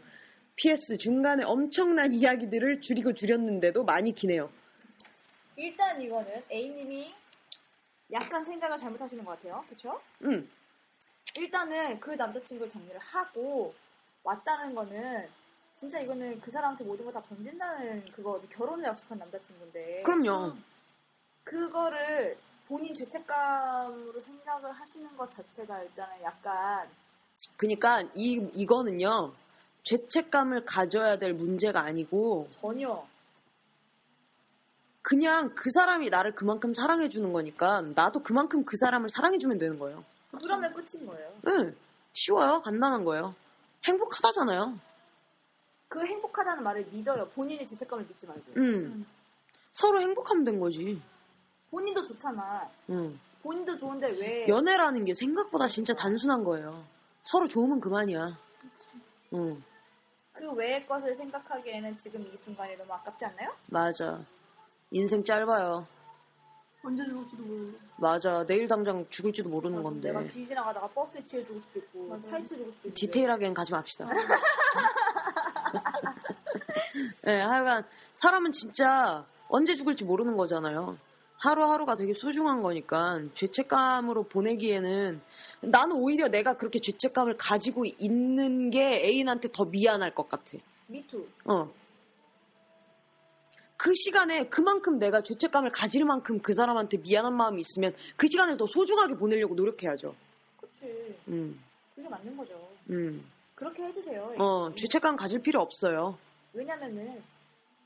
[SPEAKER 1] PS 중간에 엄청난 이야기들을 줄이고 줄였는데도 많이 기네요.
[SPEAKER 2] 일단 이거는 A님이 약간 생각을 잘못하시는 것 같아요. 그쵸?
[SPEAKER 1] 응.
[SPEAKER 2] 일단은 그 남자친구를 정리를 하고 왔다는 거는 진짜 이거는 그 사람한테 모든 걸 다 던진다는 그거 결혼을 약속한 남자친구인데 음.
[SPEAKER 1] 그럼요.
[SPEAKER 2] 그거를 본인 죄책감으로 생각을 하시는 것 자체가 일단은 약간
[SPEAKER 1] 그러니까 이 이거는요 죄책감을 가져야 될 문제가 아니고
[SPEAKER 2] 전혀
[SPEAKER 1] 그냥 그 사람이 나를 그만큼 사랑해 주는 거니까 나도 그만큼 그 사람을 사랑해 주면 되는 거예요.
[SPEAKER 2] 그러면 끝인 거예요.
[SPEAKER 1] 응, 쉬워요, 간단한 거예요. 행복하다잖아요.
[SPEAKER 2] 그 행복하다는 말을 믿어요. 본인의 죄책감을 믿지 말고.
[SPEAKER 1] 응, 서로 행복하면 된 거지.
[SPEAKER 2] 본인도 좋잖아.
[SPEAKER 1] 응,
[SPEAKER 2] 본인도 좋은데 왜
[SPEAKER 1] 연애라는 게 생각보다 진짜 단순한 거예요. 서로 좋으면 그만이야.
[SPEAKER 2] 그렇죠.
[SPEAKER 1] 응,
[SPEAKER 2] 그 외의 것을 생각하기에는 지금 이 순간이 너무 아깝지 않나요?
[SPEAKER 1] 맞아. 인생 짧아요.
[SPEAKER 3] 언제 죽을지도 모르는데.
[SPEAKER 1] 맞아. 내일 당장 죽을지도 모르는 건데.
[SPEAKER 2] 내가 길 지나가다가 버스에 치여주고 수도 있고
[SPEAKER 3] 맞아.
[SPEAKER 2] 차에 치여주고 수도 있고
[SPEAKER 1] 네. 디테일하게는 가지 맙시다. 네, 하여간 사람은 진짜 언제 죽을지 모르는 거잖아요. 하루하루가 되게 소중한 거니까 죄책감으로 보내기에는 나는 오히려 내가 그렇게 죄책감을 가지고 있는 게 애인한테 더 미안할 것 같아.
[SPEAKER 2] 미투
[SPEAKER 1] 어. 그 시간에 그만큼 내가 죄책감을 가질 만큼 그 사람한테 미안한 마음이 있으면 그 시간을 더 소중하게 보내려고 노력해야죠.
[SPEAKER 2] 그치
[SPEAKER 1] 음,
[SPEAKER 2] 그게 맞는 거죠
[SPEAKER 1] 음.
[SPEAKER 2] 그렇게 해주세요
[SPEAKER 1] 어, 죄책감 가질 필요 없어요.
[SPEAKER 2] 왜냐면은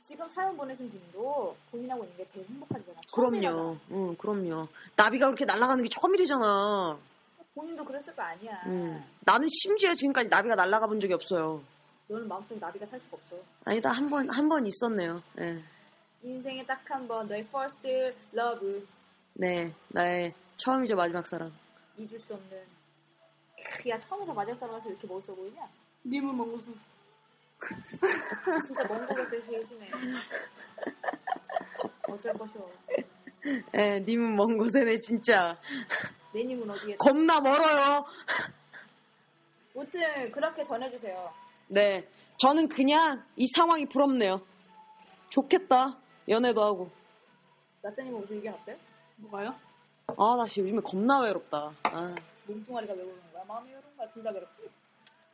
[SPEAKER 2] 지금 사연 보내신 분도 고민하고 있는 게 제일 행복하잖아
[SPEAKER 1] 그럼요. 응, 그럼요. 나비가 그렇게 날아가는 게 처음이래잖아.
[SPEAKER 2] 본인도 그랬을 거 아니야
[SPEAKER 1] 음. 나는 심지어 지금까지 나비가 날아가 본 적이 없어요.
[SPEAKER 2] 너는 마음속에 나비가 살 수가 없어
[SPEAKER 1] 아니다, 한 번, 한 번 있었네요. 예.
[SPEAKER 2] 인생에 딱 한 번 너의 first love
[SPEAKER 1] 네. 나의 처음이자 마지막 사랑.
[SPEAKER 2] 잊을 수 없는 크, 야 처음부터 마지막 사랑에서 이렇게 멋있어 보이냐?
[SPEAKER 3] 님은 먼 곳은
[SPEAKER 2] 진짜 먼 곳에 계시네. 어쩔 것이오.
[SPEAKER 1] 예, 님은 먼 곳에네, 진짜.
[SPEAKER 2] 내님은 어디에?
[SPEAKER 1] 겁나 멀어요.
[SPEAKER 2] 무튼 그렇게 전해주세요.
[SPEAKER 1] 네. 저는 그냥 이 상황이 부럽네요. 좋겠다. 연애도 하고.
[SPEAKER 2] 나따님 무슨 얘기 갑자기?
[SPEAKER 3] 뭐가요?
[SPEAKER 1] 아, 나 요즘에 겁나 외롭다. 아.
[SPEAKER 2] 몸뚱아리가 왜 그러는 거야? 마음이 이런 거야? 둘 다 외롭지?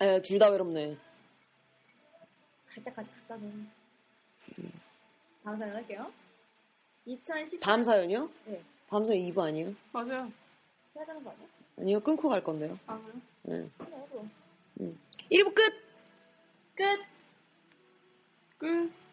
[SPEAKER 1] 예, 둘 다 외롭네.
[SPEAKER 2] 갈 때까지 갔다 놓은. 다음 사연 할게요. 2010
[SPEAKER 1] 다음 사연이요?
[SPEAKER 2] 네.
[SPEAKER 1] 다음 사연 2부 아니에요?
[SPEAKER 3] 맞아요.
[SPEAKER 2] 해야 되는 거 아니야?
[SPEAKER 1] 아니요, 끊고 갈 건데요.
[SPEAKER 3] 아, 그래요?
[SPEAKER 1] 네.
[SPEAKER 2] 그래 그럼.
[SPEAKER 1] 1부 끝!
[SPEAKER 2] 끝.
[SPEAKER 3] 끝.